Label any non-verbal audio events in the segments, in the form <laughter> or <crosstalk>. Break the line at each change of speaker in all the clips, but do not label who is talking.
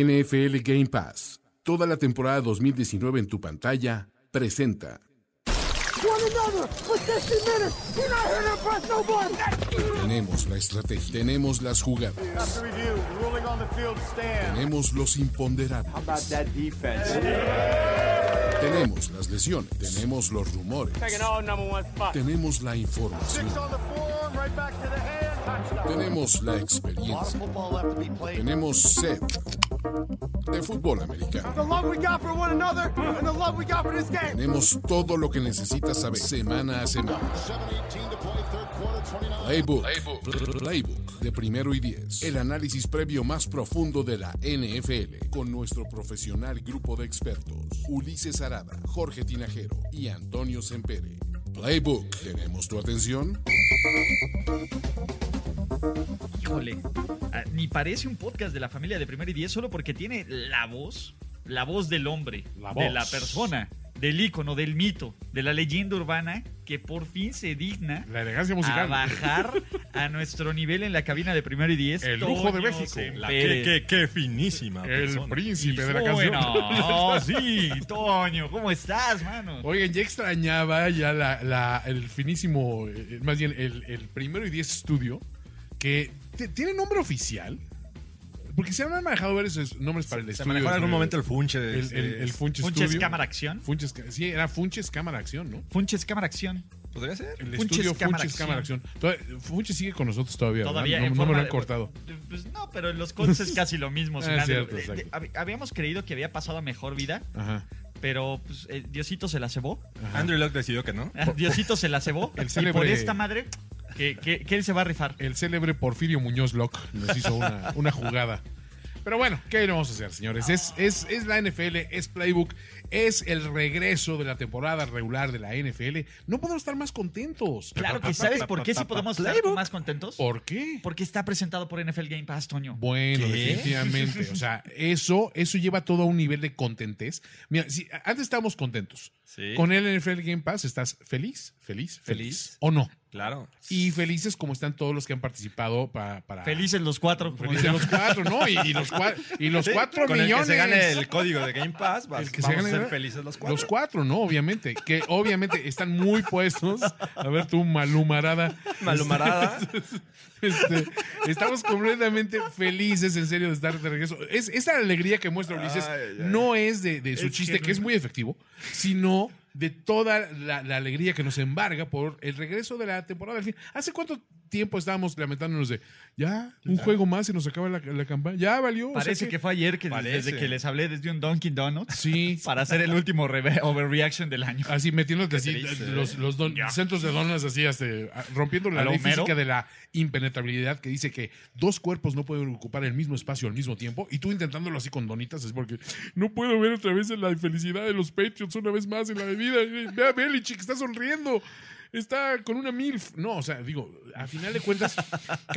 NFL Game Pass, toda la temporada 2019 en tu pantalla, presenta. Tenemos la estrategia, tenemos las jugadas, tenemos los imponderables, tenemos las lesiones, tenemos los rumores, tenemos la información, tenemos la experiencia, tenemos set de fútbol americano. Tenemos todo lo que necesitas saber semana a semana. Playbook, Playbook, Playbook de primero y diez. El análisis previo más profundo de la NFL con nuestro profesional grupo de expertos. Ulises Arada, Jorge Tinajero y Antonio Sempere. Playbook, ¿tenemos tu atención?
Híjole, ah, ni parece un podcast de la familia de Primera y Diez solo porque tiene la voz, la voz del hombre,
La
de
voz.
la persona, del ícono, del mito, de la leyenda urbana que por fin se digna
La elegancia
a
musical.
bajar a nuestro nivel en la cabina de Primera y Diez.
El lujo de
Toño
México.
Semper.
La que, que- que finísima.
El
persona.
príncipe de la canción.
<laughs>
<laughs>
Bueno, sí, Toño, ¿cómo estás, mano?
Oigan, ya extrañaba ya la, la- el finísimo, eh, más bien el, el primero y diez estudio, que t- tiene nombre oficial, porque se han manejado varios es- nombres para el
Se
estudio.
manejó en algún
eh,
momento el Funche.
el, el, el Funches
Funches
Studio.
Cámara Acción.
Funches Ca- sí, era Funches Cámara Acción, ¿no?
Funches Cámara Acción.
¿Podría ser?
El
Funches
estudio
Cámara
Funches Cámara Acción. Todavía- Funches sigue con nosotros todavía, ¿verdad?
Todavía
no,
en
no me
forma
lo han
de-
cortado.
Pues no, pero en los Colts es casi lo mismo. sin
<laughs> Ah,
nada de-
cierto,
de- de-
exacto.
hab- habíamos creído que había pasado a mejor vida,
Ajá.
pero pues, eh, Diosito se la cebó. <laughs>
Andrew Locke decidió que no.
Diosito se la cebó.
El
y por
célebre-
esta madre, que, que- que él se va a rifar.
el célebre Porfirio Muñoz Locke nos hizo una, una jugada. Pero bueno, ¿qué le vamos a hacer, señores? Es, es, es la NFL, es Playbook, es el regreso de la temporada regular de la NFL. No podemos estar más contentos.
Claro que ¿sabes por qué sí podemos estar
Playbook.
más contentos?
¿Por qué?
Porque está presentado por NFL Game Pass, Toño.
Bueno,
¿Qué?
definitivamente. O sea, eso, eso lleva todo a un nivel de contentez. Mira, si, antes estábamos contentos.
Sí.
Con el NFL Game Pass estás feliz, feliz, feliz.
Feliz.
¿O no?
Claro.
Y felices como están todos los que han participado pa- para...
Felices los cuatro. como
Felices
dicen.
los cuatro, ¿no? Y, y los, cua- y los
Sí,
cuatro
con
millones.
El que se gane el código de Game Pass, vas-
El que se
vamos
gane-
a ser felices los cuatro.
Los cuatro, ¿no? Obviamente. Que obviamente están muy puestos. A ver, tú, <laughs> malhumarada.
<laughs> Malhumarada.
Este, estamos completamente felices, en serio, de estar de regreso. Es, esa alegría que muestra Ulises
Ay, ay.
no es de, de su
Es
chiste, que es muy efectivo, sino de toda la, la alegría que nos embarga por el regreso de la temporada. Al fin, ¿Hace cuánto tiempo estábamos lamentándonos de ya, un juego más y nos acaba la, la campaña? Ya valió. o sea
Parece que fue ayer que
Parece.
desde que les hablé desde un Dunkin' Donuts
Sí.
para hacer el último reve- <laughs> overreaction del año.
Así metiéndote así eh,
triste.
los, los don- centros de donas así, hasta, a- rompiendo la
¿A lo
ley
Homero?
física de la impenetrabilidad que dice que dos cuerpos no pueden ocupar el mismo espacio al mismo tiempo y tú intentándolo así con donitas es porque no puedo ver otra vez la infelicidad de los Patriots una vez más en la bebida. Ve a Belichick, está sonriendo. Está con una MILF. No, o sea, digo, a final de cuentas,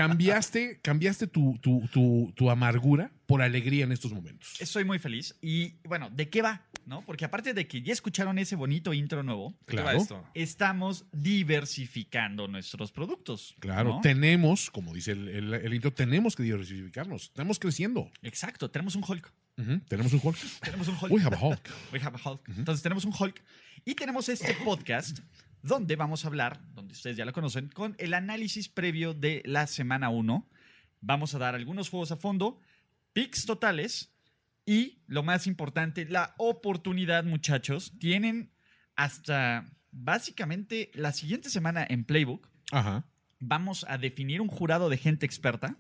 cambiaste, cambiaste tu, tu, tu, tu amargura por alegría en estos momentos.
Estoy muy feliz. Y bueno, ¿de qué va? ¿No? Porque aparte de que ya escucharon ese bonito intro nuevo,
¿Qué va
Claro.
esto?
estamos diversificando nuestros productos.
Claro,
¿no?
tenemos, como dice el, el, el intro, tenemos que diversificarnos. Estamos creciendo.
Exacto, tenemos un Hulk.
Ujú, Tenemos un Hulk.
Tenemos un Hulk.
We have a Hulk.
We have a Hulk. Entonces tenemos un Hulk. Y tenemos este podcast donde vamos a hablar, donde ustedes ya lo conocen, con el análisis previo de la semana 1. Vamos a dar algunos juegos a fondo, picks totales y, lo más importante, la oportunidad, muchachos. Tienen hasta básicamente la siguiente semana en Playbook.
Ajá.
Vamos a definir un jurado de gente experta,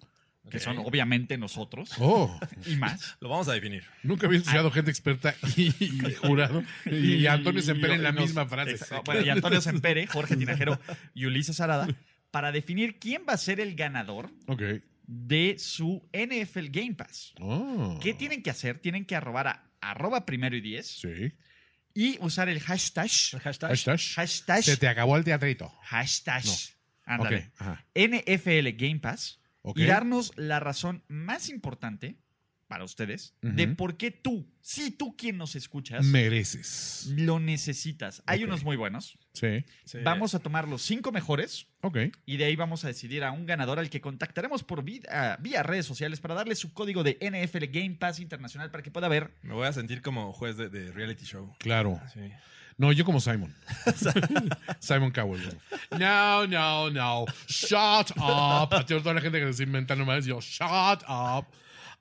que
Ok.
son obviamente nosotros
Oh,
y más.
Lo vamos a definir.
nunca había escuchado gente experta y, y
<laughs>
jurado y, Antonio Semper en la
Ah. y nos-
misma frase.
Exacto. Bueno, y Antonio
<laughs>
Sempere, Jorge Tinajero y Ulises Arada para definir quién va a ser el ganador
Ok.
de su NFL Game Pass.
Oh.
¿Qué tienen que hacer? Tienen que arrobar a arroba primero y diez
Sí.
y usar el hashtag.
El hashtag.
Hashtag.
Hashtag.
Se te acabó el teatrito.
Hashtag. Ándale.
Ok. Ajá.
NFL Game Pass
Ok.
y darnos la razón más importante para ustedes
Ujú.
de por qué tú, si tú quien nos escuchas,
Mereces.
lo necesitas. Hay
Ok.
unos muy buenos.
Sí.
Sí.
Vamos a tomar los cinco mejores
Ok.
y de ahí vamos a decidir a un ganador al que contactaremos por vid- ah, vía redes sociales para darle su código de NFL Game Pass Internacional para que pueda ver.
Me voy a sentir como juez de, de reality show.
Claro.
Sí.
No, yo
<laughs>
como Simon. Simon Cowell. güey. No, no, no. Shut up. A ti, toda la gente que se inventa nomás, yo, shut up.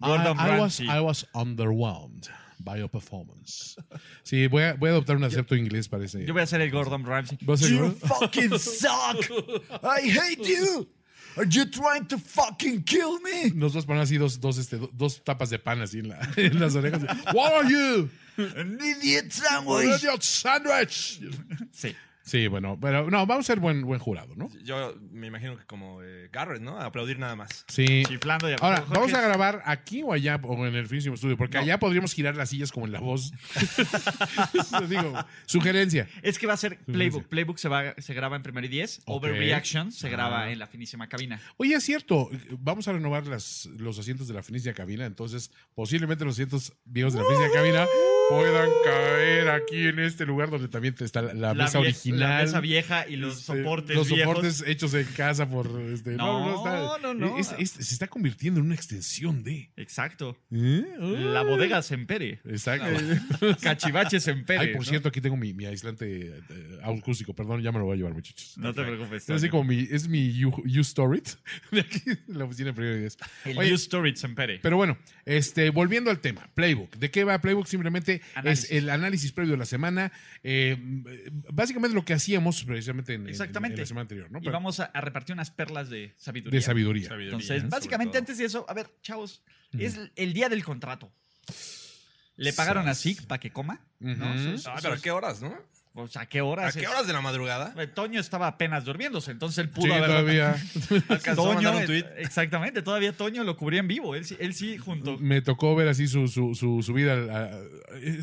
Gordon
I, I was,
Ramsay.
I was underwhelmed by your performance. Sí, voy a, voy a adoptar un acepto inglés, parece.
Yo voy a ser el Gordon Ramsay.
¿Vas a ser
You
Gordon?
fucking suck. I hate you. Are you trying to fucking kill me?
Nos vas a poner así dos, dos, este, do- dos tapas de pan así en, la- <laughs> en las orejas. What are you?
An idiot
An
sandwich.
idiot sandwich.
Sí.
Sí, bueno, pero no, vamos a ser buen, buen jurado, ¿no?
Yo me imagino que como eh, Garrett, ¿no? Aplaudir nada más.
Sí.
Chiflando y
Ahora,
Jorge,
¿vamos a grabar aquí o allá o en el Finísimo Estudio? Porque allá podríamos girar las sillas como en la voz. <laughs> Eso digo, sugerencia.
Es que va a ser Playbook. Playbook se, va, se graba en primero y diez.
Ok. Ah.
Overreaction se graba en la finísima cabina.
Oye, es cierto, vamos a renovar las, los asientos de la Finísima Cabina, entonces posiblemente los asientos viejos de la Finísima Cabina puedan caer aquí en este lugar donde también está la,
La
la mesa
vie-
original.
La mesa vieja y los
Este,
soportes
los
viejos.
soportes hechos en casa por este, no, no,
No,
está-
no, no.
es- es- se está convirtiendo en una extensión de
Exacto.
¿Eh?
La bodega se
<laughs>
empere.
Exacto.
Cachivache se empere.
Ay, por
¿no?
cierto, aquí tengo mi, mi aislante eh, acústico. Perdón, ya me lo voy a llevar, muchachos.
No te preocupes.
Es así
Toño.
como mi, es mi you, you store it <laughs> de aquí de la oficina de Primero y Diez.
El
Oye,
New Storage se empere.
pero bueno, este, volviendo al tema, Playbook. ¿De qué va Playbook? Simplemente
Análisis.
es el análisis previo de la semana. eh, básicamente lo que hacíamos precisamente en, en-
Exactamente.
en la semana anterior, ¿no?
Y
Pero-
vamos a, a repartir unas perlas de sabiduría.
de sabiduría.
Sabiduría,
Entonces,
sobre
básicamente
todo.
antes de eso, a ver, chavos, es el- el día del contrato. ¿Le pagaron a SIG para que coma? ¿No?
Ujú.
Sos-
Ah, pero ¿a qué horas, no?
O sea, ¿a qué horas?
¿A qué
es?
horas de la madrugada?
Eh, Toño estaba apenas durmiéndose, entonces él pudo
Sí,
haber. <laughs>
todavía
Alcanzó a
Toño,
mandar un tuit.
eh, exactamente, todavía Toño lo cubría en vivo. Él, sí- él sí, junto.
Mm,
me tocó ver así su, su, su subida. al- a-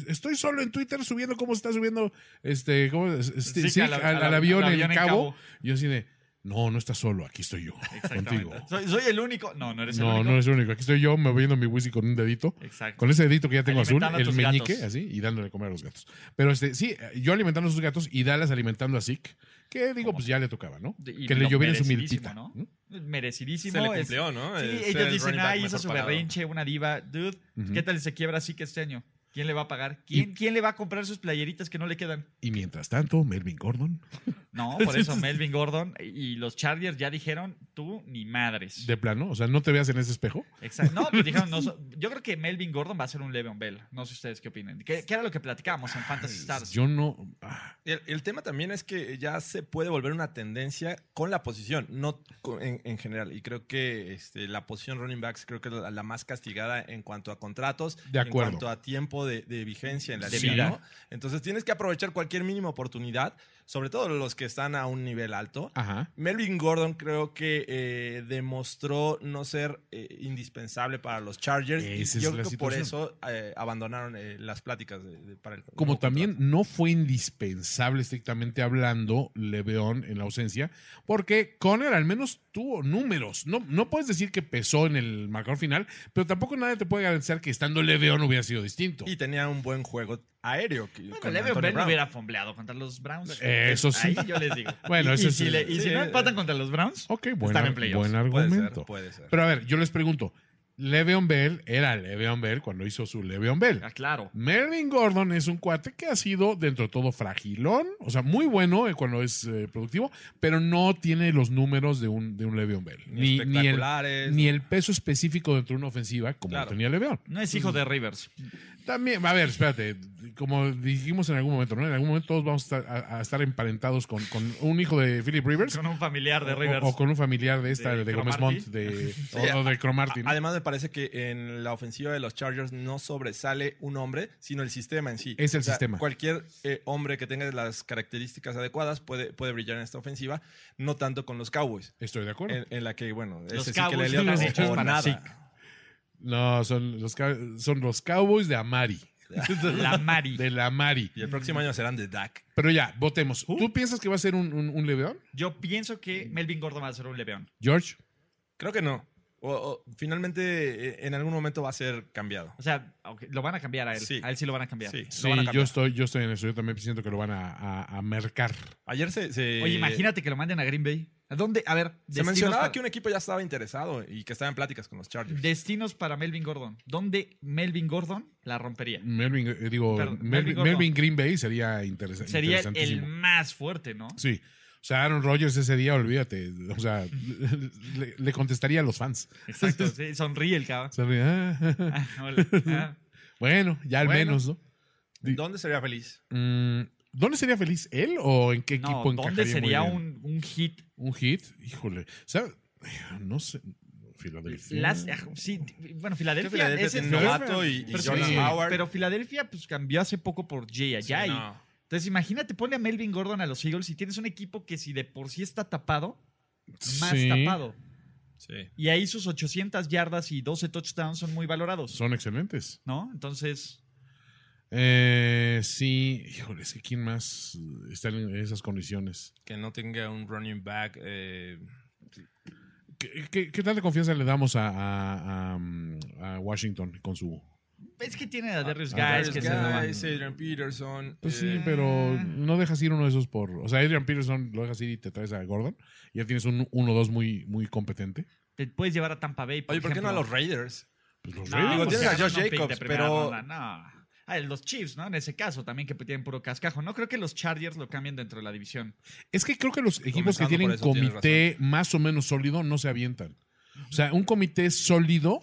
estoy solo en Twitter subiendo cómo está subiendo este, ¿cómo? Este,
Sí,
sí,
al-
al,
al-
al avión,
al avión en
en cabo.
Cabo.
Yo así de, no, no estás solo, aquí estoy yo,
Exactamente.
contigo.
Soy, soy el único. No, no eres el
No,
único.
no eres el único. Aquí estoy yo, me bebiendo mi whisky con un dedito.
Exacto.
Con ese dedito que ya tengo azul,
Alimentando a
el
tus
meñique,
gatos.
así, y dándole de comer a los gatos. Pero este, sí, yo alimentando a sus gatos y Dallas alimentando a Zeke, que digo,
¿Cómo?
pues ya le tocaba, ¿no?
Y
que le
lo
lloviera en su
merecidísimo,
miltita.
¿no? Merecidísimo.
Se le
es-
cumplió, ¿no?
Sí,
Eh, ser
ellos
el
dicen,
running back
ay, hizo
mejor
su
pagado".
berrinche, una diva. Dude,
Ujú.
¿qué tal se quiebra así que este año? ¿Quién le va a pagar? ¿Quién, ¿Quién le va a comprar sus playeritas que no le quedan?
Y mientras tanto, Melvin Gordon, <laughs>
No, por eso Melvin Gordon y los Chargers ya dijeron, tú ni madres.
de plano, o sea, no te veas en ese espejo.
Exacto.
<laughs>
No, pues dijeron, no so- yo creo que Melvin Gordon va a ser un Le'Veon Bell. No sé ustedes qué opinan. ¿Qué, qué era lo que platicábamos en Fantasy Stars?
Yo no. ah.
El, el tema también es que ya se puede volver una tendencia con la posición, no co- en, en general. Y creo que este, la posición running backs creo que es la, la más castigada en cuanto a contratos,
De acuerdo.
en cuanto a tiempo de, de vigencia en la
De
liga,
vida.
¿no? Entonces tienes que aprovechar cualquier mínima oportunidad, sobre todo los que están a un nivel alto.
Ajá.
Melvin Gordon creo que eh, demostró no ser eh, indispensable para los Chargers. Y
Esa es
yo
la
creo que por
situación.
eso eh, abandonaron eh, las pláticas de- de- para el
Como
nuevo
también no fue indispensable, estrictamente hablando, Leveón en la ausencia, porque Conner al menos tuvo números. No, no puedes decir que pesó en el marcador final, pero tampoco nadie te puede garantizar que estando Leveón hubiera sido distinto.
Y tenía un buen juego aéreo. que-
Bueno,
con
Le'Veon
Antonio
Bell no
Brown.
hubiera fombleado contra los Browns.
Eh, eso sí.
Ahí yo les digo.
<laughs> Bueno,
y,
eso
y
sí.
Si le- y si
Sí.
no empatan contra los Browns,
ok,
Están
buen,
en playoffs.
buen
Puede ser,
argumento.
puede ser.
Pero a ver, yo les pregunto, Leveon Bell era Leveon Bell cuando hizo su Leveon Bell.
ah, claro.
Melvin Gordon es un cuate que ha sido dentro de todo fragilón, o sea, muy bueno eh, cuando es eh, productivo, pero no tiene los números de un, de un Le'Veon Bell. Ni, ni el,
espectaculares.
ni el peso específico dentro de una ofensiva como lo
Claro.
tenía Le'Veon.
No es hijo de Rivers.
También, a ver, espérate, como dijimos en algún momento, ¿no? En algún momento todos vamos a estar, a- a estar emparentados con, con un hijo de Philip Rivers.
Con un familiar de
o-
Rivers.
O, con un familiar de esta, de,
De
Gómez
Cromarty.
Montt, de, o, o de Cromarty. ¿no?
Además, me parece que en la ofensiva de los Chargers no sobresale un hombre, sino el sistema en sí.
Es el sistema.
Cualquier eh, hombre que tenga las características adecuadas puede, puede brillar en esta ofensiva, no tanto con los Cowboys,
Estoy de acuerdo.
en, en la que, bueno,
<laughs> Los
ese sí que
Cowboys
le
están hechos para
nada.
Zeke.
No, son los, ca- son los Cowboys de Amari.
La Mari.
De la Amari.
Y el
Mm.
próximo año serán de Dak.
Pero ya, votemos. ¿Tú piensas que va a ser un, un, un Le'Veon,
Yo pienso que Melvin Gordon va a ser un Le'Veon.
George?
Creo que no. O, o, finalmente, eh, en algún momento va a ser cambiado.
O sea, ok, lo van a cambiar a él.
Sí.
A él sí lo van a cambiar.
Sí, lo
Sí,
van a
yo
cambiar.
estoy, yo estoy en eso. Yo también siento que lo van a, a- a mercar.
Ayer se. se-
Oye, imagínate que lo manden a Green Bay. ¿A dónde? A ver,
Eh, Se
destinos
mencionaba
para-
que un equipo ya estaba interesado y que estaba en pláticas con los Chargers.
Destinos para Melvin Gordon. ¿Dónde Melvin Gordon la rompería?
Mm,
Melvin, eh, digo,
Perdón,
Melvin,
Melvin Gordon.
Melvin Green Bay sería interesante.
Sería el más fuerte, ¿no?
Sí. O sea, Aaron Rodgers ese día, olvídate. O sea, le, le contestaría a los fans.
Exacto. sí, sonríe el cabrón.
O sea, ah,
Ah,
<laughs>
hola. Ah,
<laughs> bueno, ya al
Bueno.
menos, ¿no? Di-
¿Dónde sería feliz?
Mm, ¿Dónde sería feliz él o en qué
no,
equipo
¿dónde
encajaría muy
sería
bien?
un, un hit?
¿Un hit? Híjole. O sea, no sé. Filadelfia.
Las- ah, sí, bueno, Filadelfia,
Filadelfia
es
tiene
el
novato y, y
Pero,
sí,
Jordan
sí.
Howard.
pero Filadelfia pues, cambió hace poco por Jay
Sí,
Ajay.
no.
Entonces, imagínate, ponle a Melvin Gordon a los Eagles y tienes un equipo que si de por sí está tapado, más
Sí,
tapado.
Sí.
Y ahí sus 800 yardas y 12 touchdowns son muy valorados,
Son excelentes.
¿no? Entonces,
Eh, sí, híjole, es que ¿quién más está en esas condiciones?
Que no tenga un running back. eh,
¿Qué, qué, qué tal de confianza le damos a, a- a, mm, a Washington con su...
es que tiene a Darius
a
Guys
Darius
que
Ah, Darius
se llama-
Guys, Adrian Peterson.
Pues sí,
eh,
pero no dejas ir uno de esos por... O sea, Adrian Peterson lo dejas ir y te traes a Gordon. Ya tienes un 1-2 muy, muy competente.
Te puedes llevar a Tampa Bay.
Oye, ¿por qué no a los Raiders?
Pues los
No,
Raiders,
Digo,
pues,
tienes a
se
Josh
ganaron un pick
Jacobs,
de primera
pero-
ronda, no. Ah, los Chiefs, ¿no? En ese caso también que tienen puro cascajo. No creo que los Chargers lo cambien dentro de la división.
Es que creo que los equipos que
Comenzando
tienen
por eso, tienes
comité más o menos sólido no se avientan. O sea, un comité sólido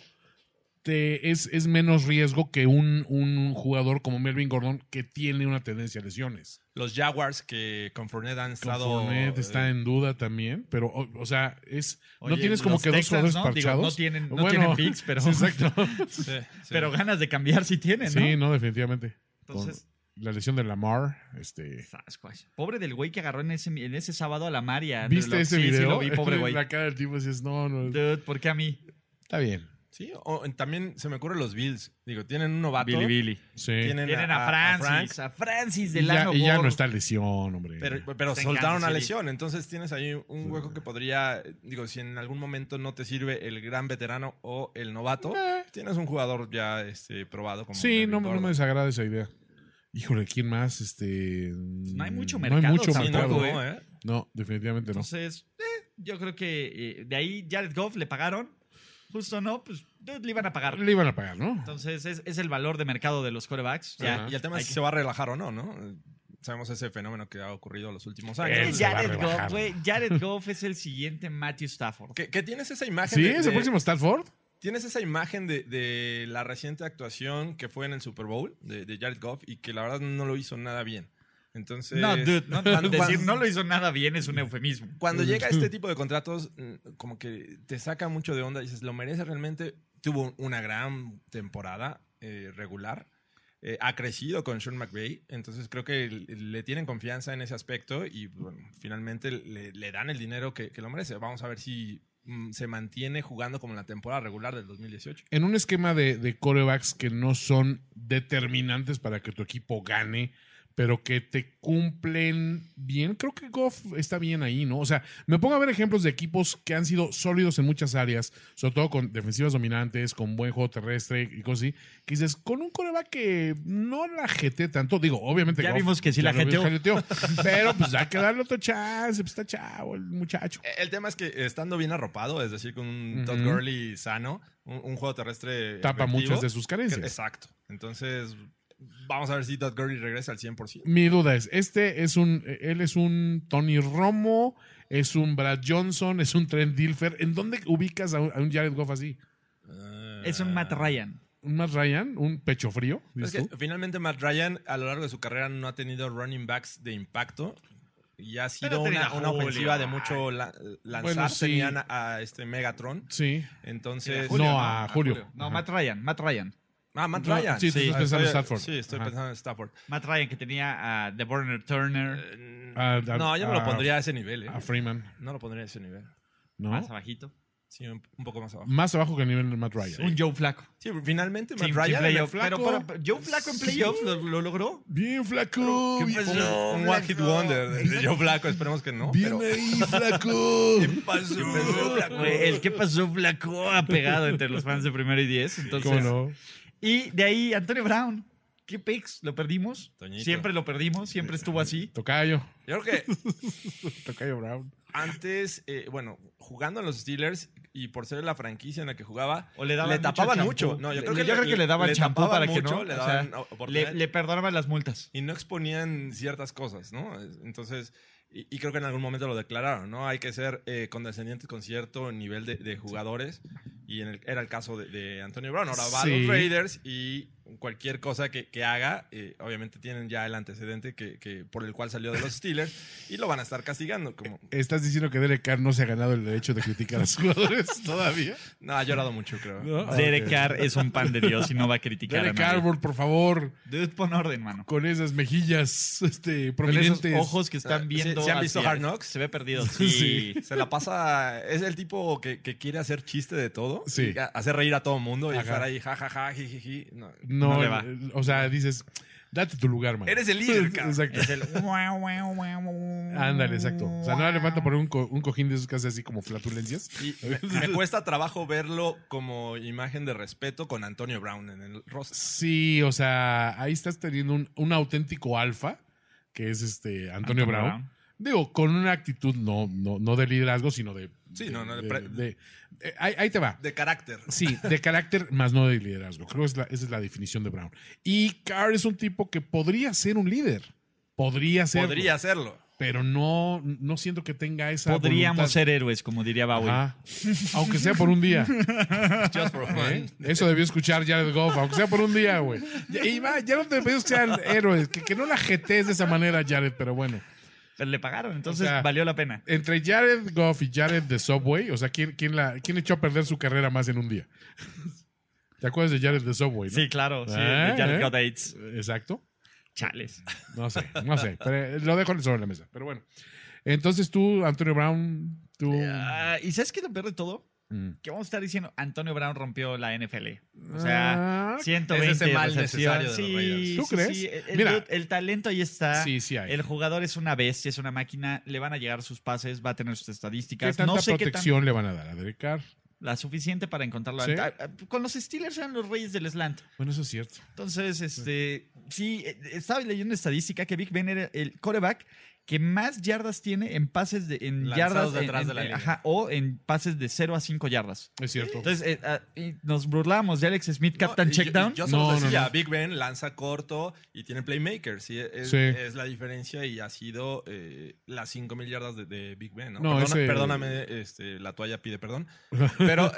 te, es, es menos riesgo que un, un jugador como Melvin Gordon que tiene una tendencia a lesiones.
Los Jaguars que con Fournette han estado.
Fournette está
eh,
en duda también, pero, o, o sea, es no
Oye,
tienes como
los
que
Texans,
dos jugadores
¿no? Digo,
parchados.
no tienen- no
Bueno,
tienen picks, pero-
sí,
<laughs>
<laughs> exacto.
sí, sí.
Pero ganas de cambiar sí tienen, ¿no?
Sí, no, definitivamente. Con
Entonces,
la lesión de Lamar, este...
Sasquatch. Pobre del güey que agarró en ese, en ese sábado a la María.
¿Viste ese
sí,
video?
Sí, lo vi, pobre güey.
<laughs> La cara del tipo dices, no, no,
Dude, ¿por qué a mí?
está bien.
Sí, o- también se me ocurre los Bills. Digo, tienen un novato.
Billy.
Sí.
Tienen,
Tienen a, Francis, a, Francis del
y ya,
ano
y ya
gordo.
no está lesión, hombre. Eh,
Pero, pero
Está en
soltaron
Kansas
a
City.
lesión, entonces tienes ahí un hueco que podría, digo, si en algún momento no te sirve el gran veterano o el novato,
Eh,
tienes un jugador ya este, probado como
sí,
Melvin
no, me- no
Gordon.
me desagrada esa idea. Híjole, ¿quién más? Este, no
Pues hay mucho
No
mercado
hay mucho
Sí, no,
mercado.
tampoco,
no, ¿eh?
No, definitivamente no.
Entonces, eh, yo creo que eh, de ahí Jared Goff le pagaron. Justo no, pues dude, le iban a pagar.
Le iban a pagar, ¿no?
Entonces, es, es el valor de mercado de los corebacks.
Ya,
Ajá.
Y el tema
Hay
es si
que-
se va a relajar o no, ¿no? Sabemos ese fenómeno que ha ocurrido en los últimos años.
Él
Es
se va a
Jared Goff,
rebajar.
güey. Jared Goff es el siguiente Matthew Stafford.
Que, que tienes esa imagen.
Sí,
de-
es
de-
el próximo Stafford.
Tienes esa imagen de, de la reciente actuación que fue en el Super Bowl de, de Jared Goff y que la verdad no lo hizo nada bien. Entonces.
No, dude, no,
<laughs> cuando-
decir
cuando-
no lo hizo nada bien es un eufemismo.
Cuando llega este tipo de contratos, mm, como que te saca mucho de onda. Dices, ¿lo merece realmente? Tuvo una gran temporada eh, regular. Eh, ha crecido con Sean McVay. Entonces creo que le le tienen confianza en ese aspecto y bueno, finalmente le, le dan el dinero que, que lo merece. Vamos a ver si mm, se mantiene jugando como en la temporada regular del 2018.
En un esquema de, de corebacks que no son determinantes para que tu equipo gane, pero que te cumplen bien, creo que Goff está bien ahí, ¿no? O sea, me pongo a ver ejemplos de equipos que han sido sólidos en muchas áreas, sobre todo con defensivas dominantes, con buen juego terrestre y cosas así, que dices, con un coreback que no la jeté tanto, digo, obviamente.
Ya
Goff
vimos que sí la
lo
jeteó.
jeteó, pero pues hay que darle otra chance, pues está chavo el muchacho.
Eh, El tema es que estando bien arropado, es decir, con un Todd
Ujú.
Gurley sano, un, un juego terrestre.
Tapa
Eh, efectivo,
muchas de sus
Que-
carencias.
Pues, Exacto. Entonces, vamos a ver si Todd Gurley regresa al 100%.
Mi duda es, este es un, él es un Tony Romo, es un Brad Johnson, es un Trent Dilfer. ¿En dónde ubicas a un, a un Jared Goff así?
Ah.
Es un Matt Ryan.
¿Un Matt Ryan? ¿Un pecho frío?
Es
dices
que
tú?
finalmente Matt Ryan a lo largo de su carrera no ha tenido running backs de impacto y ha sido
Pero tenía
una, una
Julio.
ofensiva de mucho la- lanzar.
Bueno, sí.
Tenían a, a este Megatron.
Sí.
Entonces,
Julio. No, a Julio.
No,
Ajá.
Matt Ryan, Matt Ryan.
ah, Matt
No,
Ryan.
sí, tú estás pensando en Stafford.
Sí, estoy
Ajá.
pensando en Stafford.
Matt Ryan que tenía a The Burner Turner
A- a-
no, yo no
Mm, a-
lo pondría a ese nivel. ¿eh?
A Freeman,
No lo pondría a ese nivel.
¿no?
más abajito.
Sí, un, un poco más abajo.
Más abajo que el nivel de Matt Ryan.
Un Joe Flaco.
Sí, finalmente
Sí,
Matt
sí,
Ryan en el
playoff,
flaco,
Pero para- Joe Flaco en playoffs lo, lo logró.
Bien flaco.
¿Qué
bien-
pasó,
un one hit
flaco?
wonder de- de Joe Flaco, esperemos que no.
Bien
pero- <laughs>
ahí, flaco.
¿Qué pasó, flaco?
Güey, El que pasó Flaco ha pegado entre los fans de primero y diez. Entonces,
¿Cómo no?
Y de ahí, Antonio Brown. ¿Qué picks? ¿Lo perdimos?
Toñito.
Siempre lo perdimos, siempre estuvo así.
Tocayo.
Yo creo que
Tocayo Brown.
antes, eh, bueno, jugando en los Steelers y por ser la franquicia en la que jugaba,
O le daban mucho
tapaban
champú.
mucho. No, yo creo que
yo creo que le daban champú
tapaban
para que
mucho,
no.
le
o sea,
daban
le,
oportunidad
le perdonaban las multas.
y no exponían ciertas cosas, ¿no? Entonces, y, y creo que en algún momento lo declararon, ¿no? Hay que ser eh, condescendientes con cierto nivel de, de jugadores y en el- era el caso de, de Antonio Brown. Ahora va a
Sí.
los Raiders y cualquier cosa que, que haga, eh, obviamente tienen ya el antecedente que, que- por el cual salió
<laughs>
de los Steelers y lo van a estar castigando. Como,
¿Estás diciendo que Derek Carr no se ha ganado el derecho de criticar a los jugadores todavía?
no, ha llorado mucho, creo.
¿No?
Derek
Ah, Ok.
Carr es un pan de Dios y no va a criticar
Derek
a
Carr,
nadie.
por por favor.
Dude, pon orden, mano.
Con esas mejillas este,
Con esos
prominentes.
ojos que
Ah,
están viendo.
¿sí- sí han visto
hacia-
Hard Knocks?
Se ve
<laughs>
perdido. Sí.
Se la pasa. Es el tipo que, que quiere hacer chiste de todo.
Sí.
y a- hacer reír a todo mundo y
Ajá.
estar ahí, jajaja, ja, ja, jijiji. No.
No,
No le va.
o sea, dices, date tu lugar, man. <laughs>
Eres el líder, cabrón.
Exacto.
Es el.
<laughs>
guau, guau, guau, guau.
Ándale, exacto. O sea, nada le falta poner un, co- un cojín de esos que hace así como flatulencias.
Y me, me cuesta trabajo verlo como imagen de respeto con Antonio Brown en el rostro.
Sí, o sea, ahí estás teniendo un, un auténtico alfa, que es este Antonio, Brown. Digo, con una actitud no, no, no de liderazgo, sino de.
Sí,
de-
no, no, de
de-
pre-
de- eh, ahí, ahí te va.
De carácter.
Sí, de carácter más no de liderazgo. Creo que es la- esa es la definición de Brown. Y Carr es un tipo que podría ser un líder. Podría ser.
Podría hacerlo.
Pero no, no siento que tenga esa.
Podríamos
voluntad.
ser héroes, como diría Bowie.
Ajá. Aunque sea por un día.
Just for
¿eh?
fun.
Eso debió escuchar Jared Goff, aunque sea por un día, güey. Ya- Y va, ya no te pedimos que sea el héroe, que, que no la jetees de esa manera, Jared, pero bueno.
Pero le pagaron, entonces
O sea,
valió la pena.
Entre Jared Goff y Jared de Subway, o sea, ¿quién, quién, la, quién echó a perder su carrera más en un día? ¿Te acuerdas de Jared de Subway? no?
Sí, claro. Sí,
Ah,
de Jared
¿eh?
Goff Aids.
Exacto.
Chales.
No sé, no sé. Pero eh, lo dejo sobre la mesa. Pero bueno. Entonces tú, Antonio Brown, tú.
Ah, ¿Y sabes qué es lo peor de todo?
Mm.
Que vamos a estar diciendo, Antonio Brown rompió la NFL. O sea,
Ah,
120
es ese mal
recepciones.
necesario de los
sí,
Raiders.
¿Tú
sí,
crees?
sí. El,
Mira.
dude- el talento ahí está.
sí, sí hay.
El jugador es una bestia, es una máquina. Le van a llegar sus pases, va a tener sus
¿Qué
estadísticas.
tanta
No sé qué tan
protección le van a dar a Derek Carr?
La suficiente para encontrarlo.
Sí.
Ah, ah, Con los Steelers eran los reyes del slant.
Bueno, eso es cierto.
Entonces, este, sí, eh, estaba leyendo una estadística que Big Ben era el coreback que más yardas tiene en pases de en yardas
Lanzados detrás
en-
de la
en-
línea.
ajá, o en pases de 0 a 5 yardas.
Es cierto.
Entonces, eh, ah, y nos burlábamos de Alex Smith, Captain
No, y-
Checkdown.
y Yo, solo
No, no,
decía,
no.
Big Ben lanza corto y tiene playmakers. Sí, es,
Sí.
es la diferencia y ha sido eh, las 5000 yardas de, de Big Ben. ¿no?
No,
Perdona-
ese-
Perdóname, este, la toalla
<laughs>
pide perdón. Pero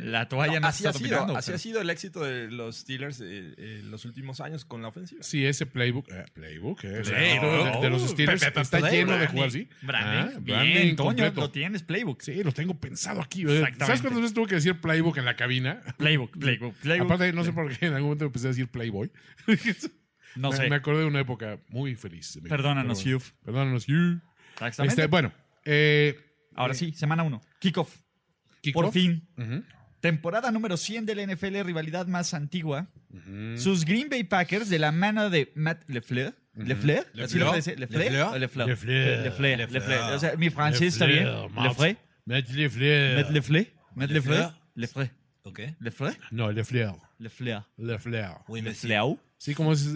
<laughs> la toalla no,
no,
se está
así, ha sido,
dominando,
así
pero-
ha sido el éxito de los Steelers eh, eh, los últimos años con la ofensiva.
Sí, ese playbook. eh, playbook, eh,
Playbook.
de, de los
Oh,
Steelers está
Pepe Tatadei,
lleno de
Brandy.
jugar, ¿sí?
Branning,
Ah,
bien,
Branning
Toño,
completo.
lo tienes, Playbook.
Sí, lo tengo pensado aquí.
Exactamente.
¿Sabes cuántas veces tuve que decir playbook en la cabina?
Playbook, <laughs> Playbook, Playbook.
Aparte, no sé por qué en algún momento empecé a decir playboy.
no
me,
sé,
me acordé de una época muy feliz. de mi-
perdónanos,
pero bueno.
Hugh.
Perdónanos, Hugh.
Exactamente.
Este, bueno, eh,
Ahora sí, semana 1, kickoff.
kickoff.
Por fin,
Ujú.
temporada número 100 de la NFL, rivalidad más antigua.
Ujú.
Sus Green Bay Packers de la mano de Matt Lefleur. ¿Lefleur? ¿Así lo dice? ¿Lefleur? o Lefleur. Eh,
Lefleur.
Lefleur. Lefleur. O sea, mi francés está bien.
Lefleur, Matt-
Lefleur.
Matt Lefleur.
Matt Lefleur. Matt Lefleur.
Lefleur.
Lefleur.
Ok.
Lefleur.
No, Lefleur.
Lefleur.
Lefleur.
Uy,
Lefleur.
Sí, como si,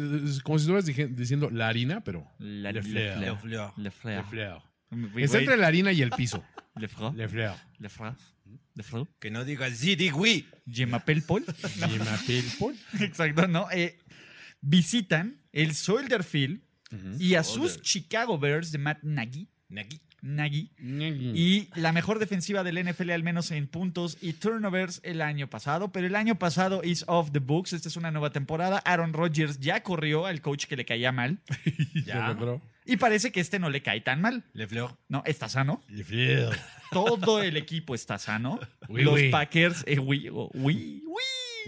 como si estuvieras dije- diciendo la harina, pero.
La-
Lefleur.
Lefleur.
Lefleur.
Lefleur.
Lefleur.
Güey,
Está entre la harina y el
<laughs>
piso.
Lefleur.
Lefleur.
Lefleur. Lefleur.
Que no diga sí, di oui.
Je m'appelle Paul.
Je m'appelle Paul.
<laughs> Exacto, ¿no? Eh, visitan el Soldier Field y a sus
Soldier.
Chicago Bears de Matt Nagy.
Nagui.
Nagy.
Mm.
Y la mejor defensiva del NFL, al menos en puntos y turnovers, el año pasado. Pero el año pasado is off the books. Esta es una nueva temporada. Aaron Rodgers ya corrió al coach que le caía mal.
Lo logró.
Y parece que este no le cae tan mal.
Lefleur.
No, está sano.
Lefleur.
Todo el equipo está sano.
Oui,
Los
oui.
Packers, eh, oui, oh, oui, oui,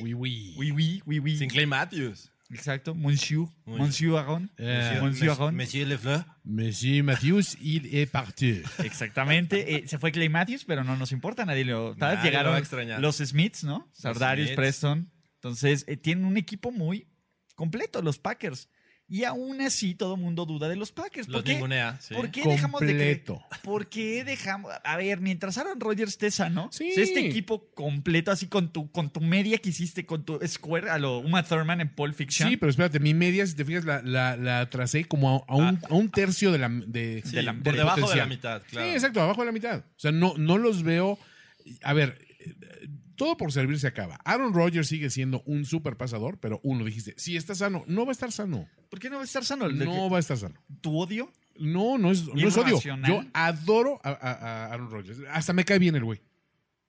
Oui, oui.
oui, oui, oui, oui.
Sin Clay Matthews.
Exacto, Monsieur,
Muy
Monsieur Aron.
Eh,
Monsieur Aron.
Monsieur Lefleur.
Monsieur Matthews, il est parti.
Exactamente. Eh, se fue Clay Matthews, pero no nos importa, nadie lo. tal vez
Nadie lo
llegaron
va a extrañar.
los Smiths, ¿no? Sardarius,
Smiths.
Preston. Entonces, eh, tienen un equipo muy completo, los Packers. Y aún así, todo el mundo duda de los Packers.
Los
¿Por qué?
ningunea. sí.
¿Por qué dejamos de creer?
Completo.
¿Por qué dejamos? A ver, mientras Aaron Rodgers esté sano,
Sí.
o sea, este equipo completo, así con tu, con tu media que hiciste, con tu square a lo Uma Thurman en Pulp Fiction.
Sí, pero espérate, mi media, si te fijas, la, la, la tracé como a, a un, a un tercio de la. De,
Ah. Sí,
de la-
por
del
debajo de la
potencial.
mitad, claro.
Sí, exacto, abajo de la mitad. O sea, no, no los veo. A ver, eh, todo por servir se acaba. Aaron Rodgers sigue siendo un super pasador, pero uno dijiste, si está sano, no va a estar sano.
¿Por qué no va a estar <laughs> sano?
No va a estar sano.
¿Tu odio?
No, no es,
¿Y
no
es
es odio.
racional?
Yo adoro a, a- a Aaron Rodgers. Hasta me cae bien el güey. O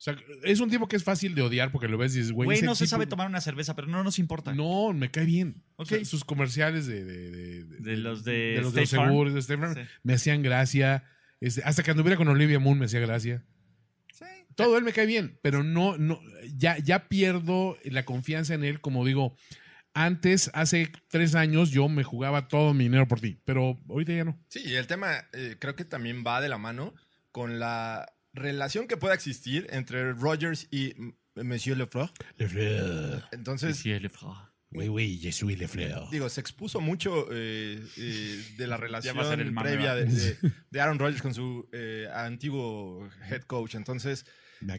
sea, es un tipo que es fácil de odiar porque lo ves y dices, güey.
Güey,
ese
no se
tipo-
sabe tomar una cerveza, pero no nos importa.
No, me cae bien.
Ok.
O sea, sus comerciales de, de, de-
De los de
de los,
State
los
Farm.
seguros de State Farm
Sí.
me hacían gracia. Este, hasta que anduviera con Olivia Moon me hacía gracia.
Sí.
Todo él me cae bien, pero no, no, ya, ya pierdo la confianza en él, como digo. Antes, hace tres años, yo me jugaba todo mi dinero por ti, pero ahorita ya no.
Sí, y el tema eh, creo que también va de la mano con la relación que pueda existir entre Rogers y M- Monsieur Lefleur.
Le Fleur.
Entonces,
Oui, oui, je suis le Fleur.
digo, se expuso mucho eh, eh,
<laughs>
de la relación
va a ser el mame,
previa de,
¿verdad?
de- de Aaron Rodgers con su eh, antiguo head coach. Entonces,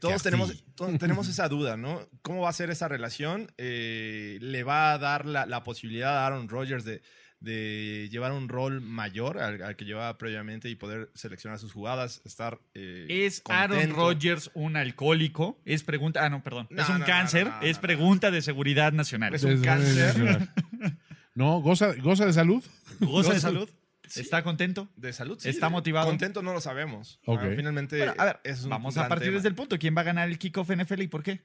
todos tenemos, todos tenemos esa duda, ¿no? ¿Cómo va a ser esa relación? Eh, ¿Le va a dar la, la posibilidad a Aaron Rodgers de, de llevar un rol mayor al, al que llevaba previamente y poder seleccionar sus jugadas, estar... eh,
¿Es Aaron
contento?
Rodgers un alcohólico? Es pregunta. Ah, no, perdón.
No,
es un
no, no,
cáncer.
no, no,
es
no.
pregunta de seguridad nacional.
Es un <laughs> cáncer.
No, goza, goza de salud.
¿Goza de salud? ¿Está contento?
De salud, sí.
¿Está
De-
motivado?
Contento no lo sabemos.
Ok.
Ah, finalmente,
Bueno, a ver,
es un
vamos a
gran
partir
tema.
desde el punto. ¿Quién va a ganar el kickoff NFL y por qué?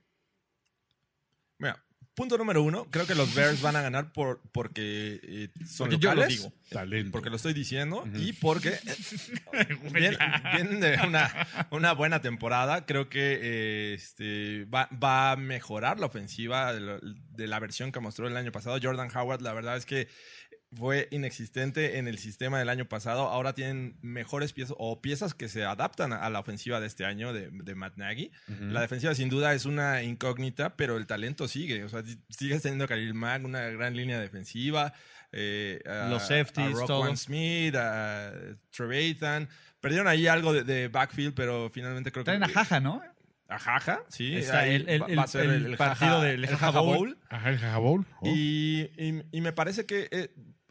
Mira, punto número uno, creo que los Bears van a ganar por, porque eh, son
Porque yo lo
locales,
digo.
Talento.
eh, Porque lo estoy diciendo y porque eh, vienen vienen de una, una buena temporada. Creo que eh, este, va, va a mejorar la ofensiva de, lo- de la versión que mostró el año pasado. Jordan Howard, la verdad es que fue inexistente en el sistema del año pasado. Ahora tienen mejores piezas o piezas que se adaptan a a la ofensiva de este año de, de Matt Nagy. La defensiva sin duda es una incógnita, pero el talento sigue. O sea, si- sigues teniendo a Khalil Mack, una gran línea defensiva. eh, a-
Los safeties,
a Roquan
todo.
Smith, a Trevathan. Perdieron ahí algo de, de backfield, pero finalmente creo que...
Traen a Jaja, ¿no?
A Jaja, sí.
Está
ahí
el- el-
va- va a ser
el- el partido del
el
Jaja
Jaja
Bowl.
Bowl.
Ajá, el jajabowl. Oh.
Y, y- y me parece que eh,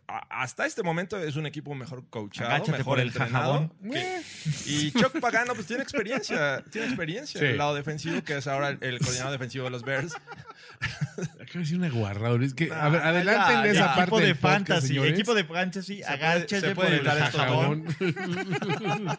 a- hasta este momento es un equipo mejor coachado,
Agáchate
mejor
por el
entrenado.
jajabón.
que- y Chuck Pagano pues tiene experiencia, tiene experiencia
Sí.
en el lado defensivo, que es ahora el, el coordinador defensivo de los Bears.
Acabo de decir una guarrada. Es que, a
Ah,
ver,
ya,
adelántenle
ya.
esa parte.
equipo de
del podcast,
fantasy,
señores.
equipo de fantasy,
puede-
agáchate
se puede
por el
evitar esto,
jajabón.
jabón. <laughs>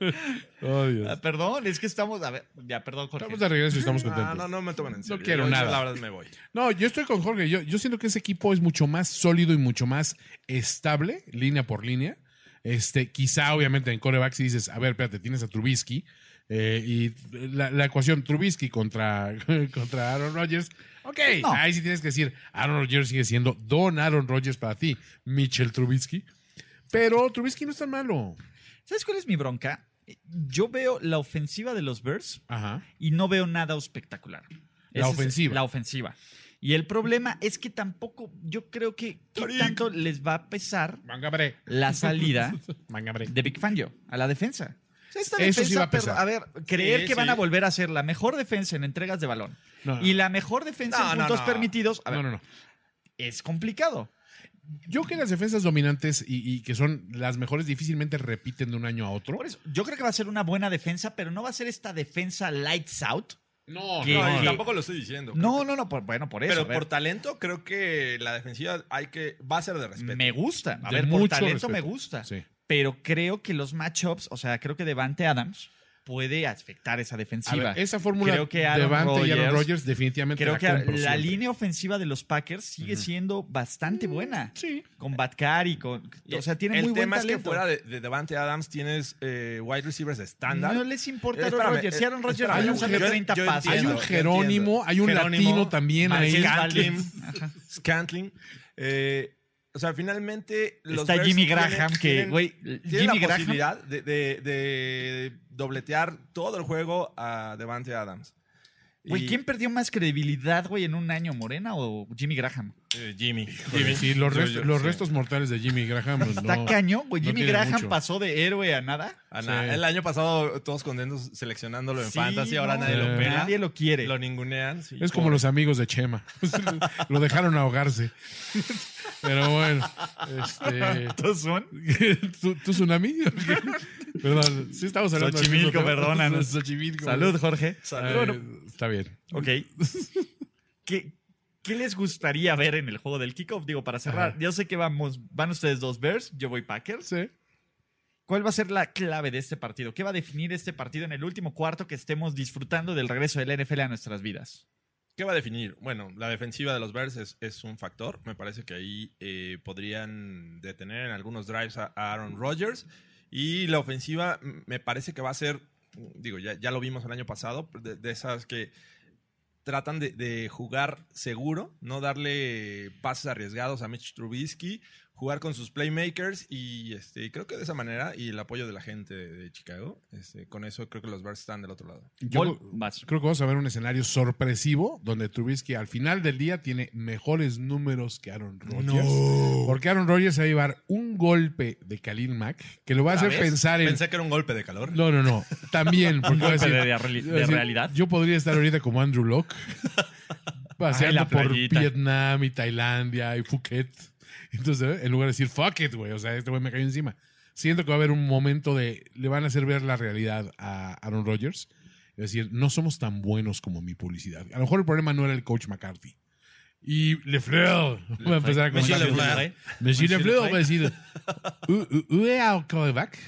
<laughs> Oh, Dios.
Ah, Perdón, es que estamos, a ver, ya, perdón, Jorge.
Estamos de regreso y estamos contentos.
Ah, no, no me tomen en serio.
quiero
Yo,
nada.
La verdad me voy.
No, yo estoy con Jorge. Yo, yo siento que ese equipo es mucho más sólido y mucho más estable, línea por línea. Este, quizá, obviamente, en coreback si dices, a ver, espérate, tienes a Trubisky. eh, y la, la ecuación Trubisky contra, <laughs> contra Aaron Rodgers. Ok,
No.
ahí sí tienes que decir, Aaron Rodgers sigue siendo Don Aaron Rodgers para ti, Mitchell Trubisky. Pero Trubisky no es tan malo.
¿Sabes cuál es mi bronca? Yo veo la ofensiva de los Bears
Ajá.
y no veo nada espectacular.
La
Ese es
ofensiva.
la ofensiva. Y el problema es que tampoco, yo creo que ¿qué tanto les va a pesar
Mangabre,
la salida
mangabre.
de Big Fangio a la defensa. O sea, Esta
Eso sí
defensa,
va a
pero,
pesar.
a ver, creer
Sí,
que van
sí.
a volver a ser la mejor defensa en entregas de balón
No,
y la mejor defensa
No,
en
no,
puntos
no.
permitidos, a ver,
no, no, no.
es complicado.
Yo que las defensas dominantes y, y que son las mejores difícilmente repiten de un año a otro.
Por eso, yo creo que va a ser una buena defensa, pero no va a ser esta defensa lights out.
No,
¿Qué?
No, y
que-
tampoco lo estoy diciendo.
No, no, no, por- bueno, por eso. a
Pero
ver.
por talento, creo que la defensiva hay que, va a ser de respeto.
Me gusta. A
De
ver, por
mucho
talento
respeto.
me gusta.
Sí.
Pero creo que los matchups, o sea, creo que Devante Adams puede afectar esa
A ver,
defensiva.
esa fórmula
Creo que
de
Aaron
Devante y Aaron
Rodgers-
Rodgers definitivamente
Creo
la
que la
compro siempre.
línea ofensiva de los Packers sigue siendo bastante buena.
Sí.
Con Batcar y con. O sea, tiene
Mm, el
muy buen
tema es que
talento.
fuera de, de Davante Adams tienes eh, wide receivers de estándar.
no les importa Aaron
Espérame,
Rodgers. Si Aaron
eh,
Rodgers
espérame,
va a
hay un
lanzar
yo-
30
yo
pases.
Hay
entiendo,
un Jerónimo,
entiendo.
hay un
Jerónimo,
latino también
Marqués
ahí.
Valdés.
Scantling. Scantling. Eh, o sea, finalmente. los
Está
Bears
Jimmy
tienen-
Graham, que,
tienen-
güey.
Tiene
Jimmy
la
Graham.
posibilidad de, de- de dobletear todo el juego a Devante Adams.
Güey,
Y,
¿quién perdió más credibilidad, güey, en un año, Morena o Jimmy Graham?
eh, Jimmy.
Jimmy, sí, los,
Yo-
rest-
yo-
los
sí.
restos mortales de Jimmy Graham. pues,
Está
no.
cañón, güey.
no
Jimmy
tiene
Graham
mucho.
pasó de héroe a nada.
Ana,
Sí.
Ah, El año pasado todos contentos seleccionándolo en
Sí,
Fantasy, ahora
no,
nadie
eh,
lo pela.
Nadie lo quiere.
Lo ningunean. sí.
Es como los amigos de Chema. <laughs> Lo dejaron ahogarse. Pero bueno. Este,
¿Estos son?
<laughs> ¿Tú, tú tsunami? Perdón, sí estamos hablando del mismo
Xochimilco,
tema.
perdónanos.
<laughs> Xochimilco.
Salud, Jorge.
Eh,
Salud.
está bien.
Ok. <laughs> ¿Qué, qué les gustaría ver en el juego del kickoff? Digo, para cerrar,
Ajá.
yo sé que vamos, van ustedes dos Bears, yo voy Packers.
Sí.
¿Cuál va a ser la clave de este partido? ¿Qué va a definir este partido en el último cuarto que estemos disfrutando del regreso de la NFL a nuestras vidas?
¿Qué va a definir? Bueno, la defensiva de los Bears es, es un factor. Me parece que ahí eh, podrían detener en algunos drives a a Aaron Rodgers. Y la ofensiva mm, me parece que va a ser, mm, digo, ya, ya lo vimos el año pasado, de, de esas que tratan de, de jugar seguro, no darle pases arriesgados a Mitch Trubisky, jugar con sus playmakers y este, creo que de esa manera y el apoyo de la gente de, de Chicago, este, con eso creo que los Bears están del otro lado.
Yo
Vol- vas.
creo que vamos a ver un escenario sorpresivo donde Trubisky al final del día tiene mejores números que Aaron Rodgers. Porque Aaron Rodgers se va a llevar un golpe de Khalil Mack que lo va a
¿Otra
hacer
vez?
pensar en...
Pensé que era un golpe de calor.
No, no, no. También. Porque va a
Golpe
decir-
de, reali-
Yo
de
decir,
realidad.
Yo podría estar ahorita como Andrew Locke,
<laughs>
paseando
Ay, la
por
playita.
Vietnam y Tailandia y Phuket. Entonces, ¿eh? en lugar de decir, fuck it, güey, o sea, este güey me cayó encima. Siento que va a haber un momento de, le van a hacer ver la realidad a Aaron Rodgers. Es decir, no somos tan buenos como mi publicidad. A lo mejor el problema no era el coach McCarthy. Y Lefleur <laughs> va a empezar a
Monsieur
comentar.
Lefleur.
Monsieur
Monsieur
Lefleur va a decir, "Où- où- où est our quarterback?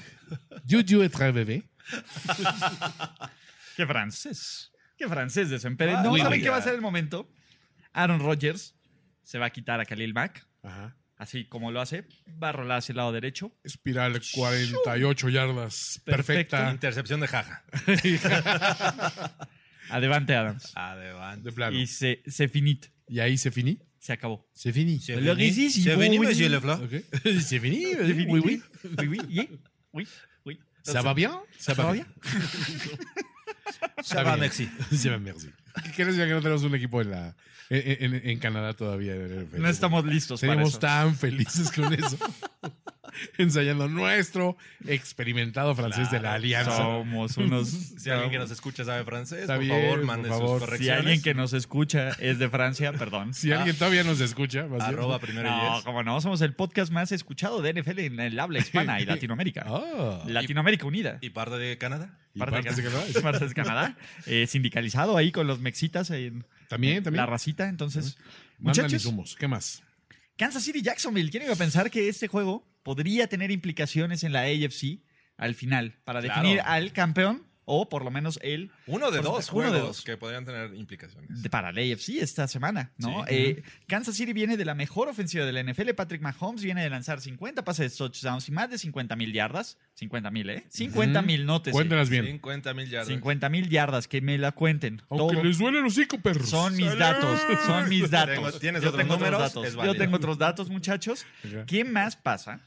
You do it, bebé.
Qué francés. Qué francés desempere.
Ah,
no,
oui,
¿saben
oui.
qué va a ser el momento? Aaron Rodgers se va a quitar a Khalil Mack,
Ajá.
así como lo hace. Va a rolar hacia el lado derecho.
Espiral 48 yardas. Perfecta.
Intercepción de jaja.
Adelante, Adams.
Ah, Adelante.
De plano.
Y
Y,
se, se finit.
ahí se finí.
Se acabó.
Se finí.
Se
Le
finí,
Rizy, si
se
bon,
finí,
oui.
monsieur Lefleur.
<laughs>
Ok. <laughs> Se finí.
Se
eh,
finit.
Oui, oui.
Oui, oui, yeah, oui, oui.
Ça va bien. Ça va bien.
Se va Mexi.
<laughs> Se va merci.
<laughs>
¿Qué quieres decir que no tenemos un equipo en, la, en, en- en Canadá todavía? en el NFL?
No estamos listos para
Seríamos
eso.
tan felices con eso. <laughs> Ensayando nuestro experimentado francés de la Alianza.
Somos
<laughs>
unos...
Si alguien que nos escucha sabe francés,
Está
por
bien,
favor,
por
mande
favor.
sus
si
correcciones.
alguien que nos escucha es de Francia, perdón.
Si alguien todavía nos escucha, más bien.
Arroba primero y
No,
diez.
como no, somos el podcast más escuchado de NFL en el habla hispana
<laughs>
y Latinoamérica.
Ah.
Latinoamérica Unida.
Y parte de Canadá.
Y
Parte de
partes de
Canadá.
Canadá.
Parte de Canadá. Eh, sindicalizado ahí con los mexitas en
También, también.
la racita. Entonces,
Mandan y
muchachos,
humos. ¿Qué más?
Kansas City Jacksonville. ¿Quién iba a pensar que este juego podría tener implicaciones en la AFC al final para
Claro.
definir al campeón o por lo menos el
Uno de
Por
dos
supuesto, uno de
juegos
dos.
que podrían tener implicaciones.
de- para la AFC esta semana, ¿no? Eh, Kansas City viene de la mejor ofensiva de la NFL. Patrick Mahomes viene de lanzar 50 pases de touchdowns y más de 50 mil yardas. 50 mil, ¿eh? 50 mil, nótese.
Cuéntalas bien.
50 mil yardas.
50 mil yardas, que me la cuenten.
Aunque
Todo.
les duele el hocico, perros. <laughs>
Son mis datos, son mis datos.
Tengo- tienes
Yo
otros
tengo
números,
otros
es
datos. Yo
válido.
tengo otros datos, muchachos.
Ok.
¿Quién más pasa?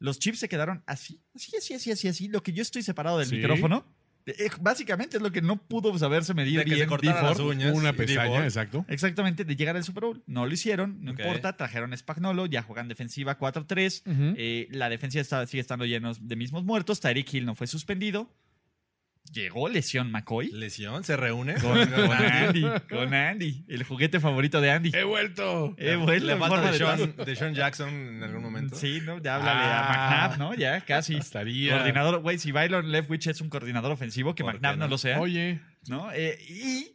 Los chips se quedaron así, así, así, así, así, así. Lo que yo estoy separado del
Sí.
micrófono, eh, básicamente es lo que no pudo saberse medir
De que se
bien
cortaran
D4.
las uñas.
Una
y
pestaña,
D4.
exacto.
Exactamente, de llegar al Super Bowl. No lo hicieron, no
Ok.
importa. Trajeron a Spagnolo, ya juegan defensiva 4-3.
Ujú.
Eh, la defensa está- sigue estando llenos de mismos muertos. Tyreek Hill no fue suspendido. Llegó lesión McCoy.
Lesión, se reúne. <laughs>
Con, con Andy, con Andy. El juguete favorito de Andy.
He vuelto.
Eh, bueno,
La
en
falta
forma
de
de
Sean, de Sean Jackson en algún momento.
tazo. Sí, ¿no? Ya háblale
Ah.
a McNabb, ¿no? Ya, casi.
Estaría.
Coordinador, güey, si Byron Leftwich es un coordinador ofensivo, que
¿Por
McNabb
qué
no?
no?
lo sea,
Oye.
¿no? Eh, y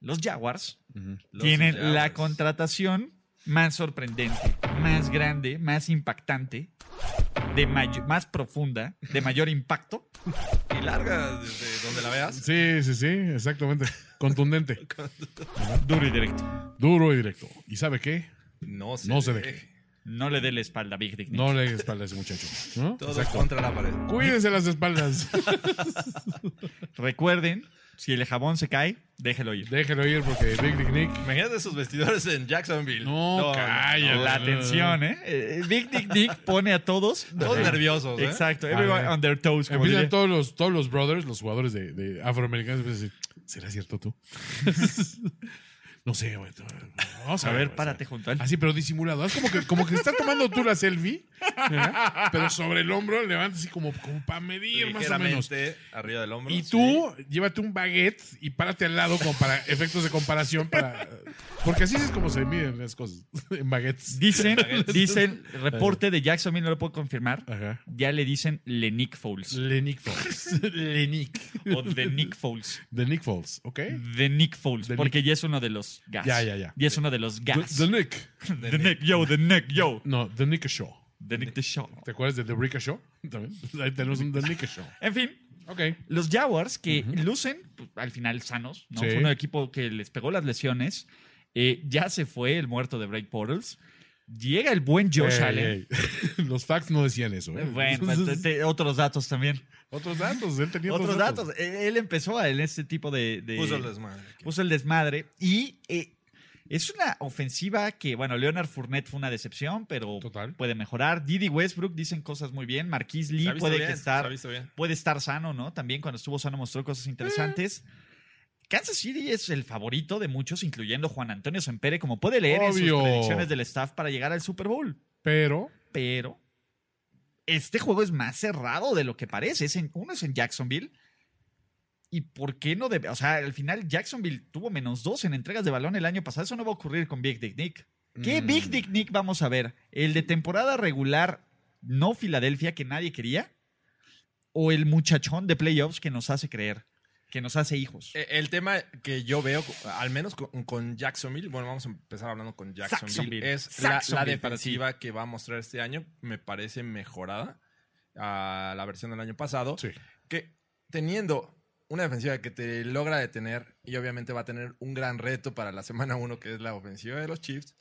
los Jaguars
Los
tienen la
Jaguars.
contratación más sorprendente, más grande, más impactante de may- más profunda, de mayor impacto.
Y larga desde donde la veas.
Sí, sí, sí, exactamente. Contundente.
Duro y directo.
Duro y directo. ¿Y sabe qué?
No se,
No se
deje.
deje.
No le dé la espalda, Big Dick. Nick.
No le espalda a ese muchacho. ¿no?
Todo contra la pared.
Cuídense las espaldas.
Recuerden, si el jabón se cae, déjelo ir.
Déjelo ir porque Big Dick Nick.
Imagínate sus vestidores en Jacksonville.
No, calla.
La atención, ¿eh? Eh, Big Dick Dick pone a <laughs> todos.
Todos
Eh,
nerviosos, ¿eh?
Exacto. Everyone on their toes. como
Eh, Empiezan
diría.
todos los, todos los brothers, los jugadores de, de afroamericanos, empiezan a decir, ¿será cierto tú? <laughs> no sé, güey. tú- Vamos a,
A ver,
güey,
párate junto al.
Así, Ah, pero disimulado. Haz como que, como que estás tomando tú la selfie, ¿verdad? pero sobre el hombro levanta así como, como para medir más o menos.
Ligeramente arriba del hombro.
Y
sí.
tú llévate un baguette y párate al lado como para efectos de comparación. para Porque así es como se miden las cosas, <laughs> en baguettes.
Dicen,
<laughs>
dicen, reporte de Jacksonville, no lo puedo confirmar.
Ajá.
Ya le dicen Le Nick Foles.
Lenick Falls. <laughs> Lenick.
O The Nick Foles.
The Nick Falls, ¿ok?
The Nick Foles.
The
porque ya es uno de los gas.
Ya, ya, ya.
Ya es uno de los
The,
gas.
the Nick.
<laughs> The, Nick, yo, The Nick, yo.
No, The Nick Show.
The Nick the Show.
¿Te acuerdas de The Brick Show? También. Ahí tenemos un The Nick Show.
En fin,
Ok.
los Jaguars que lucen pues, al final sanos, ¿no?
Sí.
Fue un equipo que les pegó las lesiones. Eh, ya se fue el muerto de Blake Portals. Llega el buen Josh
Ey,
Allen.
ey. <laughs> Los facts no decían eso. ¿eh?
Eh,
<laughs>
Bueno, pues, te- te- otros datos también.
Otros datos. Él tenía
Otros datos. Eh, Él empezó a- en este tipo de. de-
pues, Puso el desmadre.
puso el desmadre. Y eh, es una ofensiva que, bueno, Leonard Fournette fue una decepción, pero
Total.
puede mejorar. Didi Westbrook dicen cosas muy bien. Marquis
Se
Lee
ha visto
puede
bien,
que
Se ha
estar
visto bien.
puede estar sano, ¿no? También cuando estuvo sano mostró cosas
Eh.
interesantes. Kansas City es el favorito de muchos, incluyendo Juan Antonio Sempere, como puede leer en
Obvio.
sus predicciones del staff para llegar al Super Bowl.
Pero.
Pero este juego es más cerrado de lo que parece. Es en- uno es en Jacksonville. ¿Y por qué no debe? O sea, al final Jacksonville tuvo menos dos en entregas de balón el año pasado. Eso no va a ocurrir con Big Dick Nick. ¿Qué
mm,
Big Dick Nick vamos a ver? ¿El de temporada regular no Filadelfia que nadie quería? ¿O el muchachón de playoffs que nos hace creer? Que nos hace hijos.
Eh, El tema que yo veo, al menos con, con Jacksonville, bueno, vamos a empezar hablando con Jacksonville,
Jacksonville.
es la- la,
Jacksonville,
defensiva que va a mostrar este año, me parece mejorada a la versión del año pasado,
Sí.
que teniendo una defensiva que te logra detener y obviamente va a tener un gran reto para la semana 1, que es la ofensiva de los Chiefs,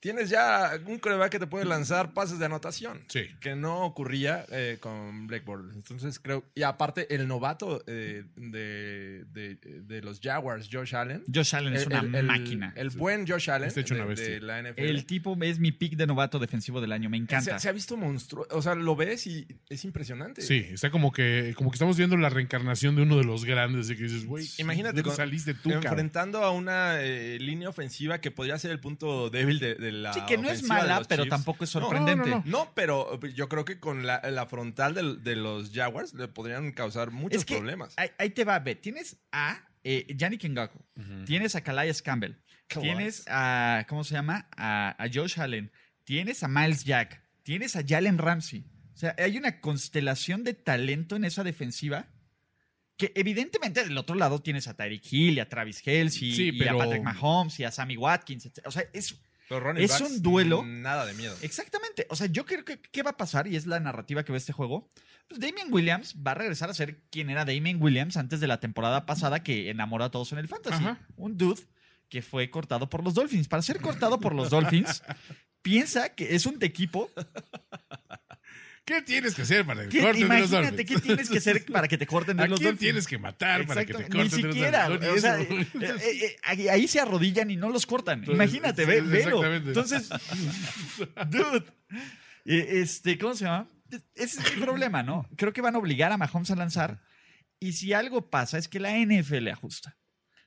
tienes ya un coreback que te puede lanzar pases de anotación
Sí.
que no ocurría eh, con Blackboard. Entonces creo. Y aparte, el novato eh, de, de- de los Jaguars, Josh Allen.
Josh Allen es
el-
una
el- el-
máquina.
El buen Josh Allen
Está hecho
de,
una bestia.
de la NFL.
El tipo es mi pick de novato defensivo del año. Me encanta.
se, se ha visto monstruoso. O sea, lo ves y es impresionante.
Sí, está como que, como que estamos viendo la reencarnación de uno de los grandes. De que dices, güey,
Imagínate
¿dónde
con-
saliste tú, cabrón?
Enfrentando a una eh, línea ofensiva que podría ser el punto débil de, de la.
Sí, que no es
Ah, ofensiva de
mala,
los
pero
Chiefs.
tampoco es
No, no, no,
sorprendente.
no.
No, pero eh, yo creo que con la, la frontal del- de, los Jaguars le podrían causar muchos
Es que
problemas.
Ahí, ahí te va, ve. Tienes a eh, Yannick Ngakoue. Tienes a Calais Campbell.
Calais.
Tienes a, ¿cómo se llama? A, a Josh Allen. Tienes a Miles Jack. Tienes a Jalen Ramsey. O sea, hay una constelación de talento en esa defensiva que evidentemente del otro lado tienes a Tyreek Hill y a Travis Kelsey
Sí,
y a
pero-
Patrick Mahomes y a Sammy Watkins. etc. O sea, es
Los running
Es
backs,
un duelo.
Nada de miedo.
Exactamente. O sea, yo creo que qué va a pasar, y es la narrativa que ve este juego. Pues Damien Williams va a regresar a ser quien era Damien Williams antes de la temporada pasada que enamoró a todos en el fantasy.
Ajá.
Un dude que fue cortado por los Dolphins. Para ser cortado por los Dolphins, piensa que es un equipo.
¿Qué tienes que hacer para
Que,
que te corten de los
imagínate
árboles?
qué tienes que hacer para que te corten de
¿A
los
quién
Dolphins.
tienes que matar para que te
Exacto,
corten
Ni
de los
siquiera.
árboles?
o sea,
Eso.
eh, eh, eh, ahí, ahí se arrodillan y no los cortan.
Entonces,
Imagínate, ve,
sí,
velo.
exactamente. <laughs>
Entonces, dude, eh, este, ¿cómo se llama? Ese es el problema, ¿no? Creo que van a obligar a Mahomes a lanzar. Y si algo pasa es que la NFL ajusta.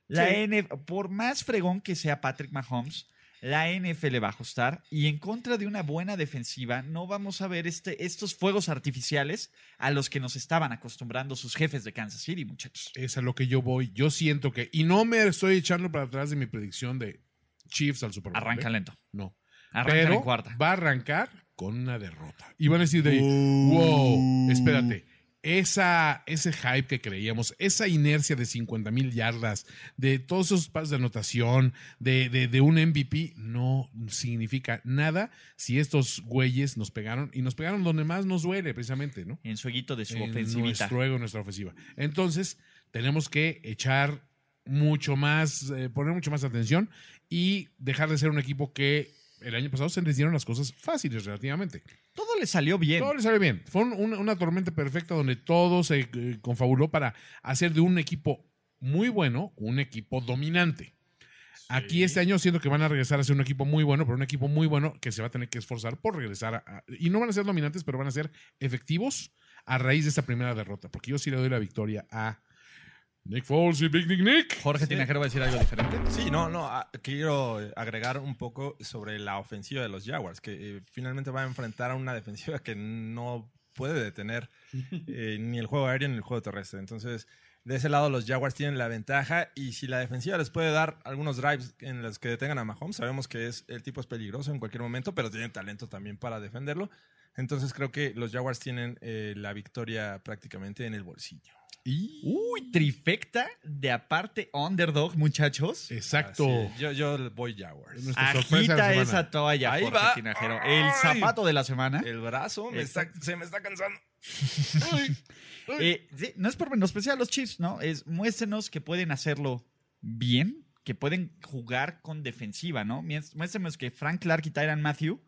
La
Sí.
N por más fregón que sea Patrick Mahomes, la NFL va a ajustar y en contra de una buena defensiva no vamos a ver este, estos fuegos artificiales a los que nos estaban acostumbrando sus jefes de Kansas City, muchachos.
Es a lo que yo voy. Yo siento que. Y no me estoy echando para atrás de mi predicción de Chiefs al Super Bowl.
Arranca
¿eh?
lento.
No.
Arranca
Pero
en cuarta.
va a arrancar con una derrota. Y van a decir de ahí, wow, espérate. esa, ese hype que creíamos, esa inercia de 50 mil yardas, de todos esos pasos de anotación, de, de- de un MVP, no significa nada si estos güeyes nos pegaron y nos pegaron donde más nos duele, precisamente, ¿no?
En su eguito de su
en
ofensivita.
Nuestro ego, nuestra ofensiva. Entonces, tenemos que echar mucho más, eh, poner mucho más atención y dejar de ser un equipo que el año pasado se les dieron las cosas fáciles relativamente.
Todo le salió bien.
Todo le sale bien. Fue un- una, una tormenta perfecta donde todo se eh, confabuló para hacer de un equipo muy bueno un equipo dominante. Aquí este año siento que van a regresar a ser un equipo muy bueno, pero un equipo muy bueno que se va a tener que esforzar por regresar. a- a- y no van a ser dominantes, pero van a ser efectivos a raíz de esta primera derrota. Porque yo sí le doy la victoria a Nick Foles y Big Nick Nick.
Jorge Tinajero va a decir algo diferente.
Sí, no, no. ah, Quiero agregar un poco sobre la ofensiva de los Jaguars, que eh, finalmente va a enfrentar a una <laughs> defensiva que no puede detener eh, ni el juego aéreo ni el juego terrestre. Entonces, de ese lado, los Jaguars tienen la ventaja. Y si la defensiva les puede dar algunos drives en los que detengan a Mahomes, sabemos que es, el tipo es peligroso en cualquier momento, pero tiene talento también para defenderlo. Entonces, creo que los Jaguars tienen eh, la victoria prácticamente en el bolsillo.
Uy, trifecta de aparte underdog, muchachos.
Exacto.
Así es. Yo, yo voy Jaguars.
Eh, Nuestra sorpresa de
Agita
la semana.
esa toalla,
Ahí
Jorge
va.
Tinajero. El
Ay.
zapato de la semana.
El brazo me está- se me está cansando.
<laughs>
Eh, sí, no es por menospreciar a los Chiefs, ¿no? Es muéstrenos que pueden hacerlo bien, que pueden jugar con defensiva, ¿no? Miéns- Muéstrenos que Frank Clark y Tyran Matthew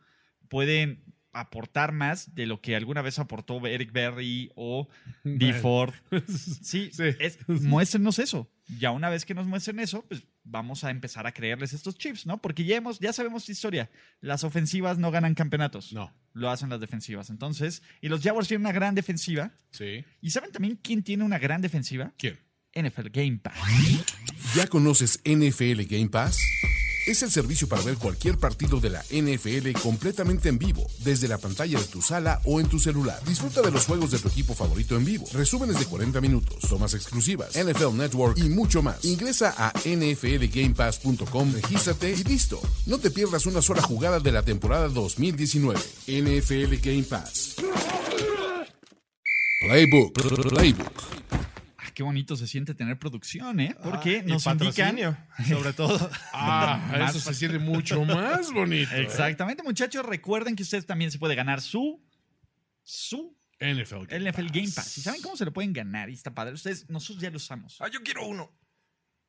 pueden aportar más de lo que alguna vez aportó Eric Berry o Dee Ford. Sí,
Sí.
es- muéstrenos eso. Ya una vez que nos muestren eso, pues vamos a empezar a creerles estos chips, ¿no? Porque ya hemos, ya sabemos la historia. Las ofensivas no ganan campeonatos.
No.
Lo hacen las defensivas. Entonces, y los Jaguars tienen una gran defensiva.
Sí.
¿Y saben también quién tiene una gran defensiva?
¿Quién?
NFL Game Pass.
¿Ya conoces NFL Game Pass? Es el servicio para ver cualquier partido de la NFL completamente en vivo, desde la pantalla de tu sala o en tu celular. Disfruta de los juegos de tu equipo favorito en vivo, resúmenes de 40 minutos, tomas exclusivas, NFL Network y mucho más. Ingresa a nflgamepass.com, regístrate y listo. No te pierdas una sola jugada de la temporada 2019. NFL Game Pass. Playbook, Playbook.
Ah, qué bonito se siente tener producción, ¿eh? Porque
Ah, y
nos indican...
patrocinio, sobre todo.
Ah,
Más
eso se siente mucho más bonito.
<laughs> Exactamente, muchachos. Recuerden que ustedes también se puede ganar su... Su
NFL. Game
NFL Game Pass. ¿Y
Pass.
saben cómo se lo pueden ganar? Y está padre. Ustedes, nosotros ya lo usamos.
Ah, yo quiero uno.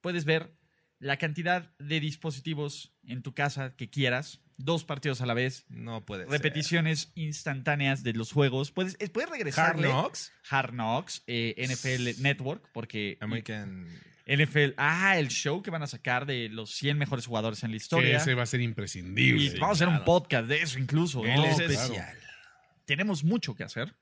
Puedes ver la cantidad de dispositivos en tu casa que quieras. Dos partidos a la vez.
No puede ser.
Repeticiones instantáneas de los juegos. Puedes, eh, puedes
Hard
regresarle.
Knocks.
Hard Knocks, eh, NFL Network, porque
American.
NFL, ah, el show que van a sacar de los 100 mejores jugadores en la
Que
historia.
ese va a ser imprescindible.
Y vamos a hacer un podcast de eso incluso.
El
Entonces,
especial.
Tenemos mucho que hacer,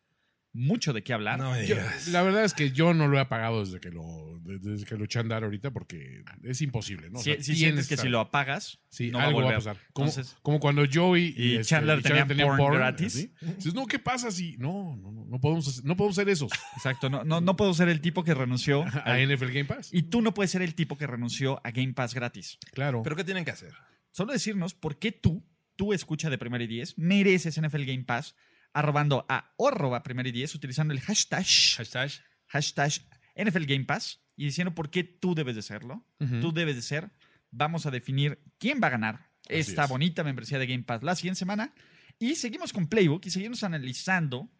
mucho de qué hablar.
No me
Yo-
digas.
la verdad es que yo no lo he apagado desde que lo desde que lo eché a andar ahorita porque es imposible, ¿no? O
si
sea,
si
tienes
sientes que
estar-
si lo apagas,
Sí,
no
algo va a,
volver.
pasar. Como,
Entonces,
como cuando este, Joey
y Chandler tenían porn gratis.
¿sí? Dices, no, ¿qué pasa si no, no, no, no podemos hacer- no podemos
<laughs>
ser esos
exacto, no, no, no puedo ser el tipo que <laughs> renunció.
a NFL Game Pass?
y tú no puedes ser el tipo que renunció a Game Pass gratis.
Claro.
¿Pero qué tienen que hacer?
solo decirnos por qué tú, tú escucha de Primera y 10, mereces NFL Game Pass arrobando a o arroba Primera y 10 utilizando el hashtag,
Hashtag.
hashtag NFL Game Pass y diciendo por qué tú debes de serlo,
Ujú.
tú debes de ser. Vamos a definir quién va a ganar esta
es.
bonita membresía de Game Pass la siguiente semana y seguimos con Playbook y seguimos analizando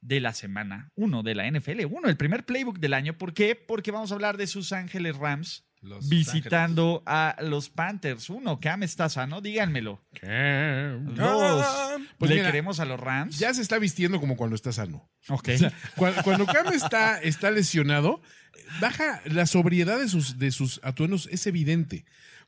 de la semana 1 de la NFL 1, el primer playbook del año. ¿Por qué? Porque vamos a hablar de sus Ángeles Rams
Los
visitando a los Panthers. Uno, Cam está sano, díganmelo.
¿Qué?
Dos,
Pues
le
mira,
queremos a los Rams.
Ya se está vistiendo como cuando está sano.
Ok.
Cu- Cuando, Cam está, está lesionado, baja la sobriedad de sus, de sus atuendos, es evidente.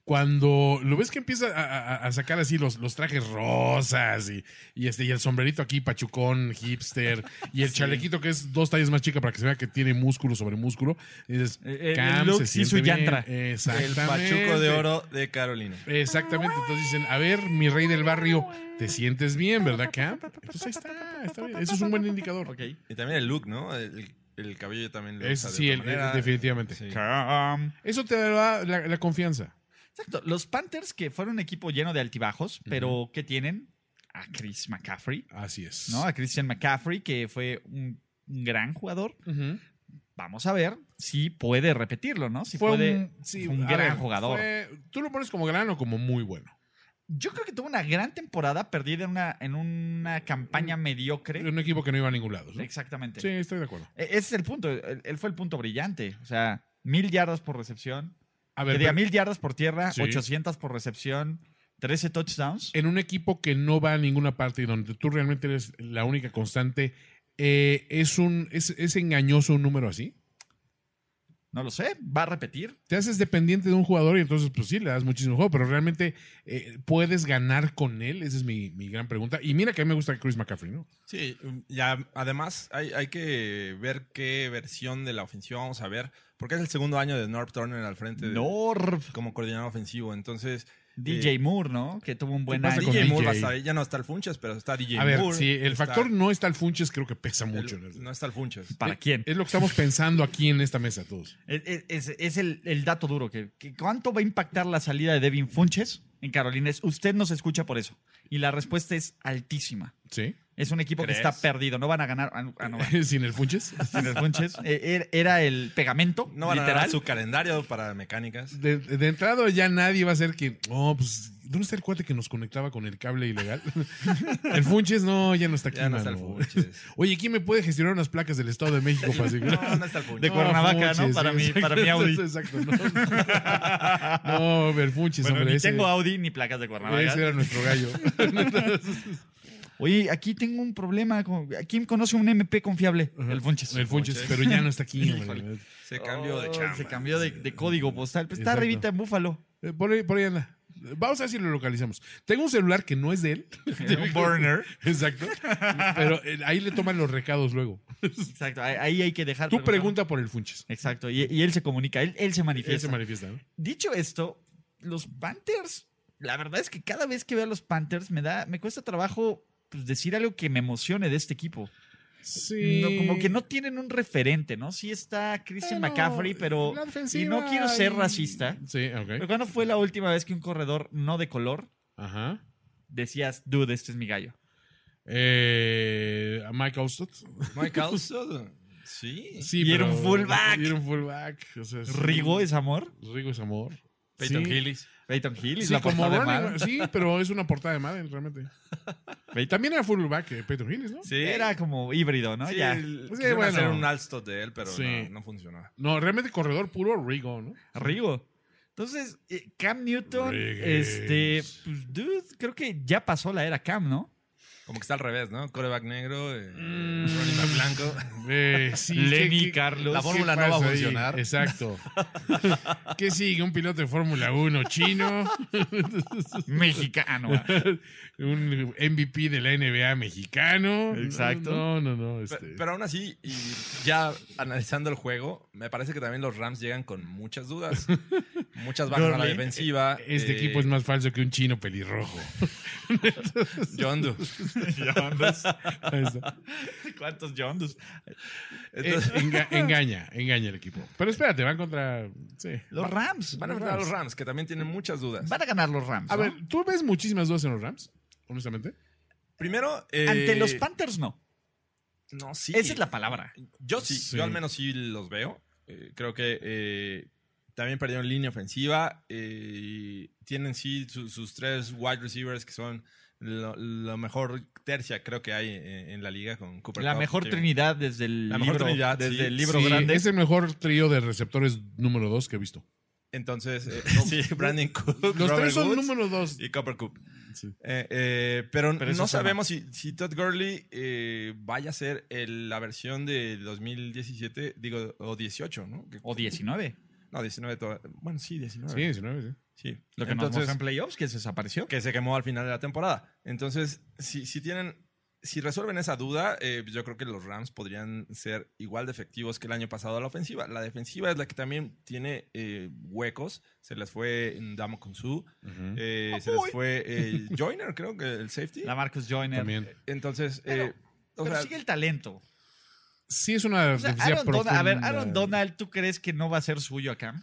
Cuando lo ves que empieza a, a- a sacar así los, los trajes rosas y, y este, y el sombrerito aquí, pachucón, hipster, y el chalequito que es dos tallas más chica para que se vea que tiene músculo sobre músculo, dices,
Eh, eh, el
Cam
look
se
y
siente
su
bien.
yantra.
El
Exactamente.
Pachuco de Oro de Carolina.
Exactamente, entonces dicen, a ver, mi rey del barrio, te sientes bien, ¿verdad, Cam? Entonces ahí está, está bien. Eso es un buen indicador.
Ok.
Y también el look, ¿no? El, el cabello también lo
Es-
usa de
sí,
otra
el- el-
manera.
definitivamente.
Sí.
Cam.
Eso te da la, la confianza.
Exacto. Los Panthers que fueron un equipo lleno de altibajos, pero ¿qué tienen? A Chris McCaffrey,
Así es.
¿no? A Christian McCaffrey, que fue un un gran jugador. Vamos a ver si puede repetirlo, ¿no? Si
Fue
puede.
un, sí,
fue un
a
gran
ver,
jugador.
fue- ¿Tú lo pones como gran o como muy bueno?
Yo creo que tuvo una gran temporada perdida en una, en una campaña mediocre.
Un equipo que no iba a ningún lado. Mm. ¿no?
Exactamente.
Sí, estoy de acuerdo.
E- Ese es el punto. Él, él fue el punto brillante. O sea, mil yardas por recepción.
A
Que
ver,
diga,
pero
mil yardas por tierra,
Sí. Eh.
800 por recepción, 13 touchdowns.
en un equipo que no va a ninguna parte y donde tú realmente eres la única constante, eh, ¿es, un, es, ¿es engañoso un número así?
No lo sé, va a repetir.
Te haces dependiente de un jugador y entonces, pues sí, le das muchísimo juego, pero realmente eh, puedes ganar con él. Esa es mi, mi gran pregunta. Y mira que a mí me gusta Chris McCaffrey, ¿no?
Sí, y a- además hay, hay que ver qué versión de la ofensiva vamos a ver, porque es el segundo año de North Turner al
Este,
frente de-
Norv,
como coordinador ofensivo. Entonces,
DJ Moore, ¿no? Que tuvo un buen
pasa
año.
con
DJ Moore va a
DJ?
estar ahí. Ya no está el Funches, pero está DJ
A ver,
Moore.
si el
está-
factor no está al Funches, creo que pesa
el-
mucho. ¿no?
no está el Funches.
¿Para quién?
Es lo que estamos pensando aquí en esta mesa todos.
Es, Eh, es- es el, el dato duro. Que, que ¿Cuánto va a impactar la salida de Devin Funches en Carolina? Es- Usted nos escucha por eso. Y la respuesta es altísima.
¿Sí? <laughs>
Es un equipo
¿Crees?
que está perdido. No van a ganar. Ah, ah, no van.
¿Sin el Funches?
Sin el <laughs> Funches. Eh, er- Era el pegamento,
No van a
literal.
ganar su calendario para mecánicas.
De, de entrada ya nadie va a ser quien. Oh, pues, ¿dónde está el cuate que nos conectaba con el cable ilegal? <laughs> el Funches, no, ya no está aquí.
Ya no está el
mano.
Funches.
<laughs> Oye, ¿quién me puede gestionar unas placas del Estado de México para asegurar?
No, no está el
<laughs>
Funches.
De Cuernavaca, ¿no? Para mi-
exacto,
para mi Audi.
<laughs> Exacto, no. No, el Funches,
Bueno,
hombre.
ni
ese-
tengo Audi ni placas de Cuernavaca.
ese era nuestro
<laughs>
gallo.
Oye, aquí tengo un problema. con- ¿Quién conoce un MP confiable? El Funches.
El Funches, pero ya no está aquí. hombre.
Se cambió de
Oh,
chamba.
Se cambió de, de código postal. Pues está
Exacto.
arribita en Búfalo.
Eh, Por ahí, por ahí anda. Vamos a ver si lo localizamos. Tengo un celular que no es <laughs>
<laughs>
de él.
Un burner.
<laughs> Exacto. Pero eh, ahí le toman los recados luego.
Exacto. ahí- Ahí hay que dejar.
Tú
preguntar.
pregunta por el Funches.
Exacto. Y, y él se comunica. Él, él se
Él
manifiesta.
se manifiesta, ¿no?
Dicho esto, los Panthers. La verdad es que cada vez que veo a los Panthers me da, me cuesta trabajo pues, decir algo que me emocione de este equipo.
Sí.
No, como que no tienen un referente, ¿no? Sí está Christian McCaffrey, pero
La defensiva
y no quiero ser racista.
Sí,
¿pero
ok.
¿cuándo fue la última vez que un corredor no de color
Ajá.
decías, dude, este es mi gallo?
Eh, a Mike Austin.
Mike Alston. Sí.
Sí,
Y era
pero-
un fullback.
Y era un fullback. O sea, sí.
Rigo es amor.
Rigo es amor.
Peyton
Sí.
Hillis.
Peyton Hill es
Sí,
la
como
portada de
running
Madden.
back. Sí, pero es una portada de
<laughs>
Madden, realmente. Y también era fullback eh, Peyton Hillis, ¿no?
Sí.
Era como híbrido, ¿no?
Sí,
Ah, Ya.
el-
Pues sí,
quisieron
bueno.
hacer un Alston de él, pero
Sí.
no, no funcionó.
No, realmente corredor puro Rigo, ¿no?
Rigo. Entonces, eh, Cam Newton,
Rigues.
este, pues, dude, creo que ya pasó la era Cam, ¿no?
Como que está al revés, ¿no? Coreback negro, eh, running back blanco.
Eh,
<laughs>
sí,
Lenny,
¿qué- qué-
Carlos.
la <laughs>
¿qué
fórmula no va a
pasa ahí?
funcionar. <laughs>
Exacto. ¿Qué sigue? ¿Un piloto de Fórmula 1 chino? <laughs>
<laughs>
Mexicano.
¿Un MVP de la NBA mexicano?
Exacto.
No, no, no.
Pe-
este,
Pero, aún así, y ya analizando el juego, me parece que también los Rams llegan con muchas dudas. Muchas bajas a la
Gurley,
defensiva.
este
eh,
equipo es más falso que un chino pelirrojo.
John Doe.
Ahí está.
¿Cuántos Yondos?
Eh,
Entonces,
enga- engaña, engaña el equipo. Pero espérate, van contra. Sí.
Los Rams.
van a enfrentar a los Rams, que también tienen muchas dudas.
Van a ganar los Rams.
A
¿no?
ver, ¿tú ves muchísimas dudas en los Rams? Honestamente.
Primero, eh,
ante los Panthers no.
No, sí.
Esa es la palabra.
Yo sí,
Sí.
yo al menos sí los veo. Eh, creo que eh, también perdieron línea ofensiva. eh, tienen sí su- sus tres wide receivers que son lo, lo mejor tercia creo que hay en, en la liga con Cooper
La
Kupp,
mejor
que-
trinidad desde el
La
libro,
mejor trinidad,
desde
sí.
el libro
Sí,
grande.
Es el mejor trío de receptores número 2 que he visto.
Entonces, eh, sí, Brandon Cook,
Los
Robert
tres son
Woods
número 2.
y Cooper Cup. Eh,
Sí.
pero,
Pero eso
no
es Obama.
sabemos si, si Todd Gurley eh, vaya a ser el- la versión de 2017, digo, o 18, ¿no? Que-
O 19.
No, 19 toda- Bueno, sí, 19.
Sí, 19, sí.
Sí.
Lo que nos mostró en playoffs, que se desapareció.
que se quemó al final de la temporada. Entonces, si, si tienen, si resuelven esa duda, eh, yo creo que los Rams podrían ser igual de efectivos que el año pasado a la ofensiva. La defensiva es la que también tiene eh, huecos. Se les fue Damo Kunsu, eh, se les fue eh, <laughs> Joyner, creo que el safety.
Mm. La Marcus Joyner.
También.
Entonces,
Pero-
eh, o
Pero
sea,
sigue el talento.
Sí, es una
O sea,
defensiva
Aaron Donald- a ver,
profunda.
Aaron Donald, ¿tú crees que no va a ser suyo acá?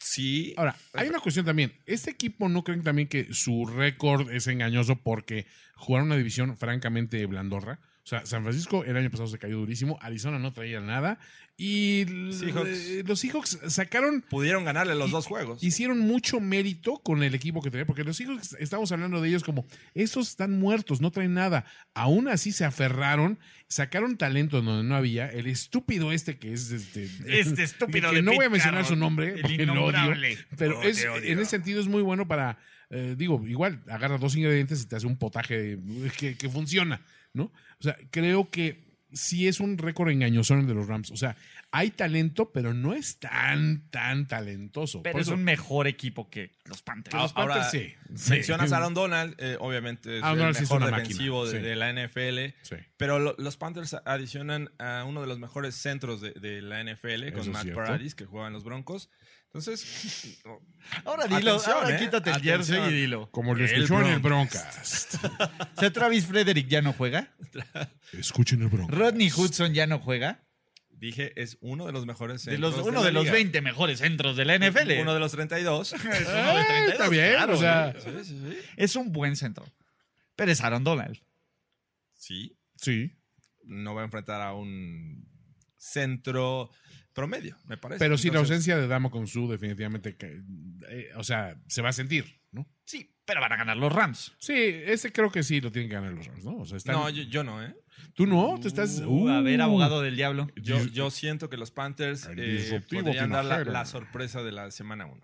sí.
Ahora, hay una cuestión también. Este equipo no creen también que su récord es engañoso porque jugaron una división francamente blandorra. O sea, San Francisco el año pasado se cayó durísimo. Arizona no traía nada. Y l-
Seahawks.
eh, los Seahawks sacaron
Pudieron ganarle los
Y-
dos juegos.
hicieron mucho mérito con el equipo que tenía, porque los hijos estamos hablando de ellos como estos están muertos, no traen nada. Aún así se aferraron, sacaron talento donde no había. El estúpido este que es este, <laughs>
Este estúpido
que
de
no voy a
Pete
mencionar
Carroll,
su nombre,
el
porque lo odio.
innombrable.
Pero
Oh,
es,
te odio.
en ese sentido es muy bueno para, eh, digo, igual agarra dos ingredientes y te hace un potaje que, que funciona, ¿no? O sea, creo que sí es un récord engañosón el de los Rams. O sea, hay talento, pero no es tan, tan talentoso.
Pero
Por
es
eso-
un mejor equipo que los Panthers.
Ah, los
Ahora,
Panthers sí. Sí.
Mencionas a
<laughs>
Aaron Donald, eh, obviamente es
Aaron
el
Donald sí es
mejor
una máquina,
defensivo de,
sí.
de la NFL.
Sí.
Pero lo- los Panthers adicionan a uno de los mejores centros de, de la NFL
Eso es
con Matt
cierto.
Paradis, que juega en los Broncos. Entonces,
Ahora dilo,
Atención,
ahora
eh.
quítate el
Atención.
jersey y dilo.
Como lo
El
escuchó en el Broncast.
O sea, Travis Frederick ya no juega.
Escuchen el Broncast.
Rodney Hudson ya no juega.
dije, es uno de los mejores
De
centros.
los, uno
la
de los
liga.
20 mejores centros de la NFL.
Uno de
<laughs>
los 32.
Eh, está bien, o sea,
sí, sí, sí.
Es un buen centro. Pero es Aaron Donald.
Sí,
sí.
no va a enfrentar a un centro promedio, me parece.
Pero sí, la
Entonces,
ausencia de Damo con su definitivamente, que, eh, o sea, se va a sentir, ¿no?
Sí, pero van a ganar los Rams.
Sí, ese creo que sí lo tienen que ganar los Rams, ¿no? O sea, están-
No, yo, yo no, ¿eh?
tú no, tú estás...
Uh, a ver,
uh,
abogado del diablo.
Yo,
Dis-
yo siento que los Panthers
El
eh,
disruptivo
podrían dar la,
Tinajero.
la sorpresa de la semana 1.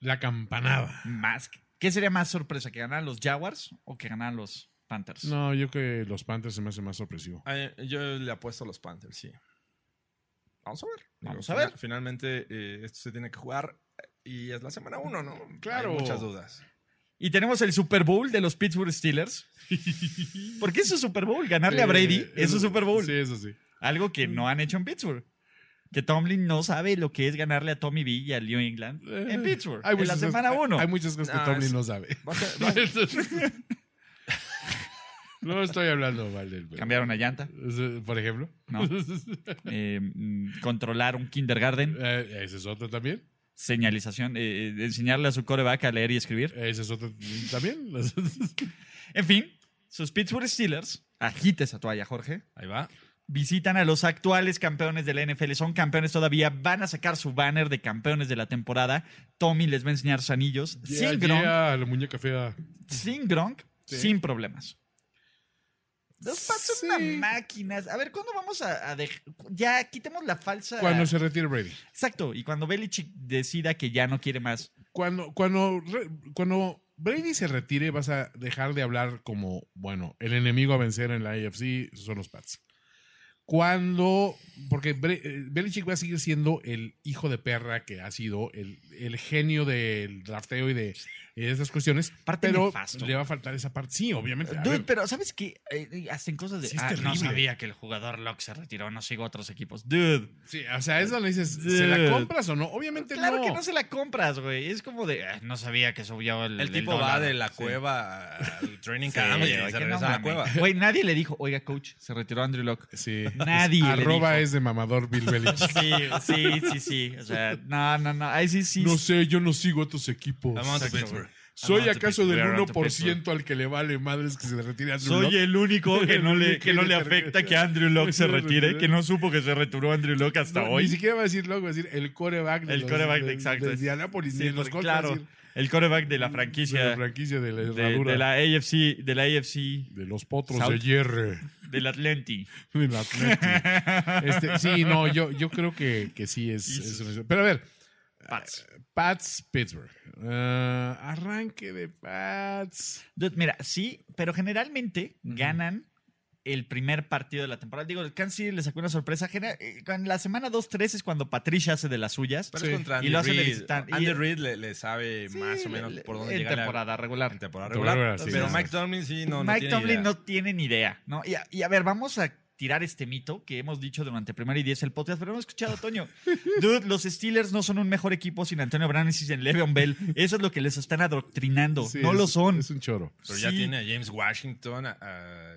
La campanada.
Más. ¿Qué sería más sorpresa? ¿Que ganaran los Jaguars o que ganaran los Panthers?
No, yo que los Panthers se me hace más sorpresivo.
Ah, eh, Yo le apuesto a los Panthers, sí. Vamos a ver.
Vamos
Digo,
a
fina-
ver.
Finalmente, eh, esto se tiene que jugar y es la semana 1, ¿no?
Claro.
Hay muchas dudas.
Y tenemos el Super Bowl de los Pittsburgh Steelers. ¿Por qué es su Super Bowl? Ganarle a Brady
Eh,
es su Super Bowl.
Sí, eso sí.
Algo que
Mm.
no han hecho en Pittsburgh. Que Tomlin no sabe lo que es ganarle a Tommy B y a New England en
Eh,
Pittsburgh.
hay
en la
muchas cosas-
semana
hay-
1.
Hay muchas cosas que
Ah,
Tomlin
es-
<laughs>
no sabe. <laughs>
Va a <laughs> ser- va-
no estoy hablando mal del...
Cambiar una llanta.
Por ejemplo. <laughs>
No. eh, mm, controlar un kindergarten.
Eh, ese es otro también.
Señalización. eh, eh, enseñarle a su coreback a leer y escribir.
Ese es otro también. <laughs>
En fin, sus Pittsburgh Steelers, agita esa toalla, Jorge,
Ahí va.
visitan a los actuales campeones de la NFL. Son campeones todavía, van a sacar su banner de campeones de la temporada. Tommy les va a enseñar sus anillos.
Yeah,
sin Gronk,
yeah, la muñeca fea.
sin Gronk,
Sí.
sin problemas. Los Pats son
Sí.
unas máquinas. A ver, ¿cuándo vamos a, dejar? Ya quitemos la falsa.
Cuando se retire Brady.
Exacto. Y cuando Belichick decida que ya no quiere más.
Cuando, cuando, re- cuando Brady se retire, vas a dejar de hablar como, bueno, el enemigo a vencer en la AFC son los Pats. Cuando, porque Bre- eh, Belichick va a seguir siendo el hijo de perra que ha sido, el, el genio del drafteo y de, y de esas cuestiones.
Parte
pero
nefasto.
le va a faltar esa parte. Sí, obviamente. A
Dude,
ver,
pero ¿sabes qué? Eh, eh, hacen cosas de.
Sí, es
"Ah, no
terrible".
sabía que el jugador Locke se retiró, no sigo a otros equipos. Dude.
sí, o sea, es donde dices, ¿se la compras o no? Obviamente
Claro
no.
que no se la compras, güey. Es como de. "Ah, no sabía que subió el.
El tipo va
dólar".
de la
Sí.
cueva al training
Sí,
camp y
güey,
se
que no
regresa a la
mames.
cueva.
<laughs> Güey, nadie le dijo, oiga, coach, se retiró Andrew Locke.
Sí.
Nadie le
Arroba
dijo.
es de mamador Bill Belichick.
Sí, sí, sí, sí. O sea, no, no, no. Ahí sí, <laughs> sí.
No sé, yo no sigo a tus equipos.
Vamos a
Exacto.
Pittsburgh.
¿Soy
Vamos a
acaso
Pittsburgh.
del
We are on to
1% al que le vale madres que se le retire Andrew Luck?
el único <laughs>
que no le- que no le afecta que
Andrew <laughs>
Luck se retire, que
no supo que se retiró Andrew Locke hasta
No, Ni siquiera va a decir Luck, va a decir el coreback.
El coreback, exacto.
De Indianapolis,
Sí,
ni de los
porque,
Colts, va a
claro,
decir,
el coreback mm, de la
de la
franquicia
franquicia de la
de,
herradura.
de la AFC, de la AFC,
de los potros
South.
de hierro.
del Atleti. <laughs>
del Atleti. Este, sí, no, yo, yo creo que, que sí es, es una- Pero a ver,
Pats.
Pats, Pittsburgh. Ah, arranque de Pats.
Dude, Mira, sí, pero generalmente ganan el primer partido de la temporada. Digo, el Kansas City le sacó una sorpresa. Genera- eh, con la semana 2-3 es cuando Patricia hace de las suyas.
Pero
Sí.
es contra
Y
Andy
lo hacen de
Reid.
visitante.
Andy
Y-
Reid le, le sabe más
Sí,
o menos
le-
por dónde
en
llegar
temporada regular.
en temporada
Temporada
regular.
regular, sí,
pero
sí,
Mike
sí.
Tomlin sí no, no
Mike
tiene
Tomlin
idea.
no tiene ni idea, ¿no? Y a, y a ver, vamos a tirar este mito que hemos dicho durante Primera y Diez el podcast, pero hemos escuchado,
<laughs>
Toño. Dude, los Steelers no son un mejor equipo sin Antonio Brown y sin Le'Veon Bell. Eso es lo que les están adoctrinando.
Sí,
no
es-
lo son.
Es un choro.
Pero ya
Sí.
tiene a James Washington, a, a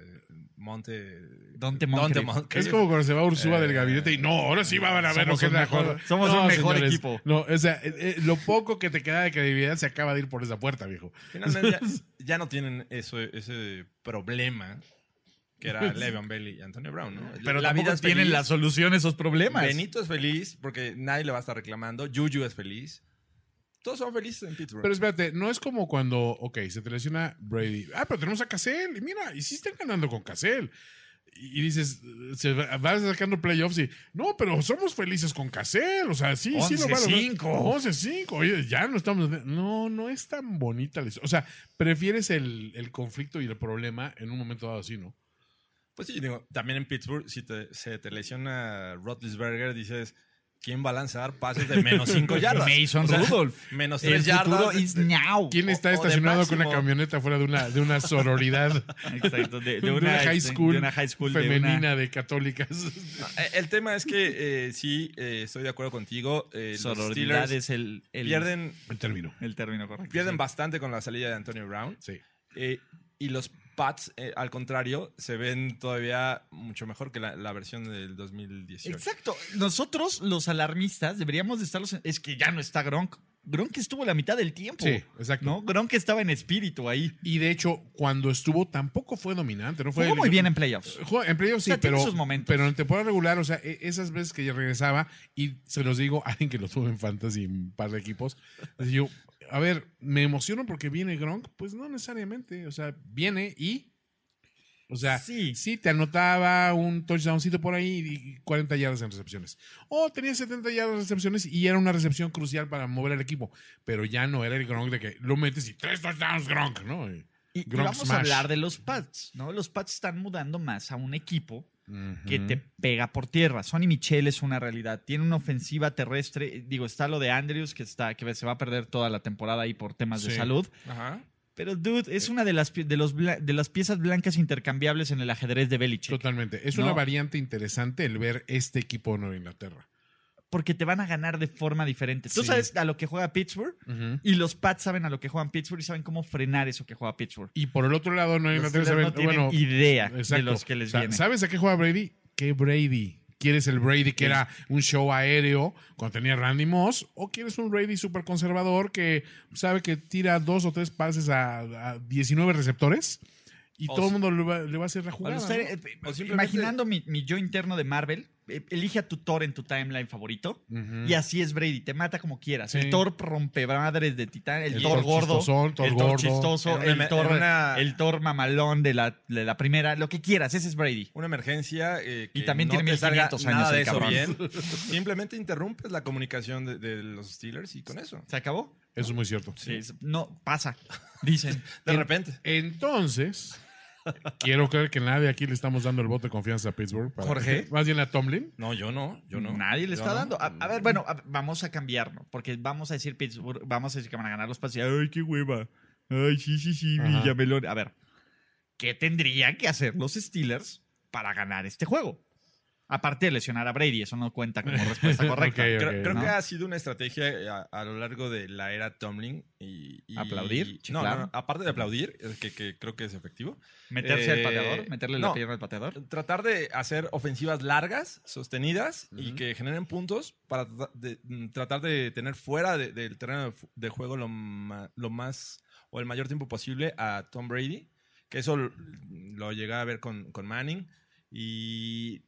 Monte...
Dante Moncrief.
Moncrief.
Es como cuando se va Ursúa
Eh,
del gabinete y no, ahora sí van a ver lo
somos
que es
un
la
mejor-
cosa.
somos
No,
un mejor
señores,
equipo.
No, o sea, eh, eh, lo poco que te queda de credibilidad se acaba de ir <laughs> por esa puerta, viejo.
Finalmente ya, ya no tienen eso, ese problema
<laughs>
que era Le'Veon Bell y Antonio Brown, ¿no?
Pero
la vida es
tienen
feliz.
la solución a esos problemas.
Benito es feliz porque nadie le va a estar reclamando. Juju es feliz. Todos son felices en Pittsburgh.
Pero espérate, no es como cuando, ok, se te lesiona Brady. Ah, pero tenemos a Cassell. Y mira, y sí están ganando con Cassell. Y y dices, eh, se va- vas sacando playoffs y no, pero somos felices con Cassell. O sea, sí, sí lo va a lograr.
11-5.
11-5. Oye, ya no estamos. No, no es tan bonita. la historia. O sea, prefieres el, el conflicto y el problema en un momento dado así, ¿no?
Pues sí, digo, también en Pittsburgh, si te, se te lesiona Rotlisberger, dices, ¿quién va a lanzar pases de
<laughs>
menos 5 yardas?
Mason
O sea,
Rudolph.
Menos
El
3 yardas. Este,
futuro is now.
¿Quién
O- o
está
de
estacionado con una
máximo-
camioneta fuera de una, de una sororidad?
Exacto, <laughs> de, de
de
una,
una high
este,
school,
de una high school de
femenina de,
una-
católicas.
Eh, <laughs> El tema es que eh, sí, eh, estoy de acuerdo contigo. eh, los
Sororidad
Steelers
es el, el-
pierden,
El término.
el término correcto.
pierden
sí.
bastante con la salida de Antonio Brown.
Sí.
Eh, y los Pats, eh, al contrario, se ven todavía mucho mejor que la, la versión del 2018.
Exacto. Nosotros, los alarmistas, deberíamos de estarlos. en- Es que ya no está Gronk. Gronk estuvo la mitad del tiempo.
Sí, Uh, exacto.
¿No? Gronk estaba en espíritu ahí.
Y de hecho, cuando estuvo, tampoco fue dominante. No fue
Jugó muy
el-
bien en playoffs.
Jugó- en playoffs sí,
O sea, tiene
pero,
sus momentos.
pero en temporada regular, o sea, e- esas veces que yo regresaba, y se los digo <laughs> a alguien que lo tuvo en fantasy en un par de equipos, les digo, a ver, ¿me emociono porque viene Gronk? Pues no necesariamente, o sea, viene y... O sea,
Sí.
sí. te anotaba un touchdowncito por ahí y 40 yardas en recepciones. O tenía 70 yardas en recepciones y era una recepción crucial para mover al equipo. Pero ya no era el Gronk de que lo metes y tres touchdowns Gronk, ¿no? Y-
Y, y
Gronk
vamos a
Smash.
hablar de los Pats, ¿no? Los Pats están mudando más a un equipo que
Ujú.
te pega por tierra. Sonny Michel es una realidad. Tiene una ofensiva terrestre. Eh, Digo, está lo de Andrews, que, está, que se va a perder toda la temporada ahí por temas de
Sí. Eh.
salud.
Ajá.
Pero, dude, es una de las, pie- de, los bla- de las piezas blancas intercambiables en el ajedrez de Belichick.
Totalmente. Es
¿No?
una variante interesante el ver este equipo de Nueva Inglaterra.
porque te van a ganar de forma diferente. Tú
Sí.
sabes a lo que juega Pittsburgh y los Pats saben a lo que juegan Pittsburgh y saben cómo frenar eso que juega Pittsburgh.
Y por el otro lado,
Los
Nueva Inglaterra
Steelers
sabe-
no tienen
bueno,
idea de
exacto.
los que les
O sea,
viene.
¿Sabes a qué juega Brady? ¿Qué Brady? ¿Quieres el Brady que era un show aéreo cuando tenía Randy Moss? ¿O quieres un Brady súper conservador que sabe que tira dos o tres pases a, a 19 receptores? Y
O
todo el
sea-
mundo le va, le va a hacer la jugada.
Bueno, usted,
¿no?
eh, eh,
O simplemente-
imaginando mi, mi yo interno de Marvel, eh, elige a tu Thor en tu timeline favorito.
Ujú.
Y así es Brady, te mata como quieras. El
Sí.
Thor rompemadres de Titán, el,
El
Thor
Thor
gordo,
chistosón, Thor
el Thor
gordo.
chistoso,
Era una-
el, Thor,
era una-
el Thor mamalón de la, de la primera, lo que quieras, ese es Brady.
Una emergencia. eh, que
Y también
no
tiene
te salga
1500
nada
años el
de eso
cabrón.
bien. Simplemente interrumpes la comunicación de, de los Steelers y con eso.
¿Se acabó?
Eso es muy cierto.
Sí, es- no, pasa, dicen.
De repente.
Entonces, quiero creer que nadie aquí le estamos dando el voto de confianza a Pittsburgh. para-
¿Jorge?
Más bien a Tomlin.
No, yo no. Yo no.
Nadie le
Yo
está
no.
dando. A, a ver, bueno, a- vamos a cambiarlo. Porque vamos a decir Pittsburgh, vamos a decir que van a ganar los Pats. y, Ay, qué hueva. Ay, sí, sí, sí,
Ajá.
Villamelón. A ver, ¿qué tendrían que hacer los Steelers para ganar este juego? Aparte de lesionar a Brady, eso no cuenta como
<laughs>
respuesta correcta.
Ok,
Creo,
ok,
creo
¿no?
que ha sido una estrategia eh, a, a lo largo de la era Tomlin. Y, y-
¿Aplaudir?
y- no,
¿Chiflar?
no, no, aparte de aplaudir, eh, que, que creo que es efectivo.
Meterse al
Eh,
pateador, meterle la
no.
pierna al pateador.
Tratar de hacer ofensivas largas, sostenidas y
Ujú.
que generen puntos para trata- de- mm, tratar de tener fuera de- del terreno de fu- de juego lo, ma- lo más o el mayor tiempo posible a Tom Brady, que eso lo, lo llegué a ver con, con Manning y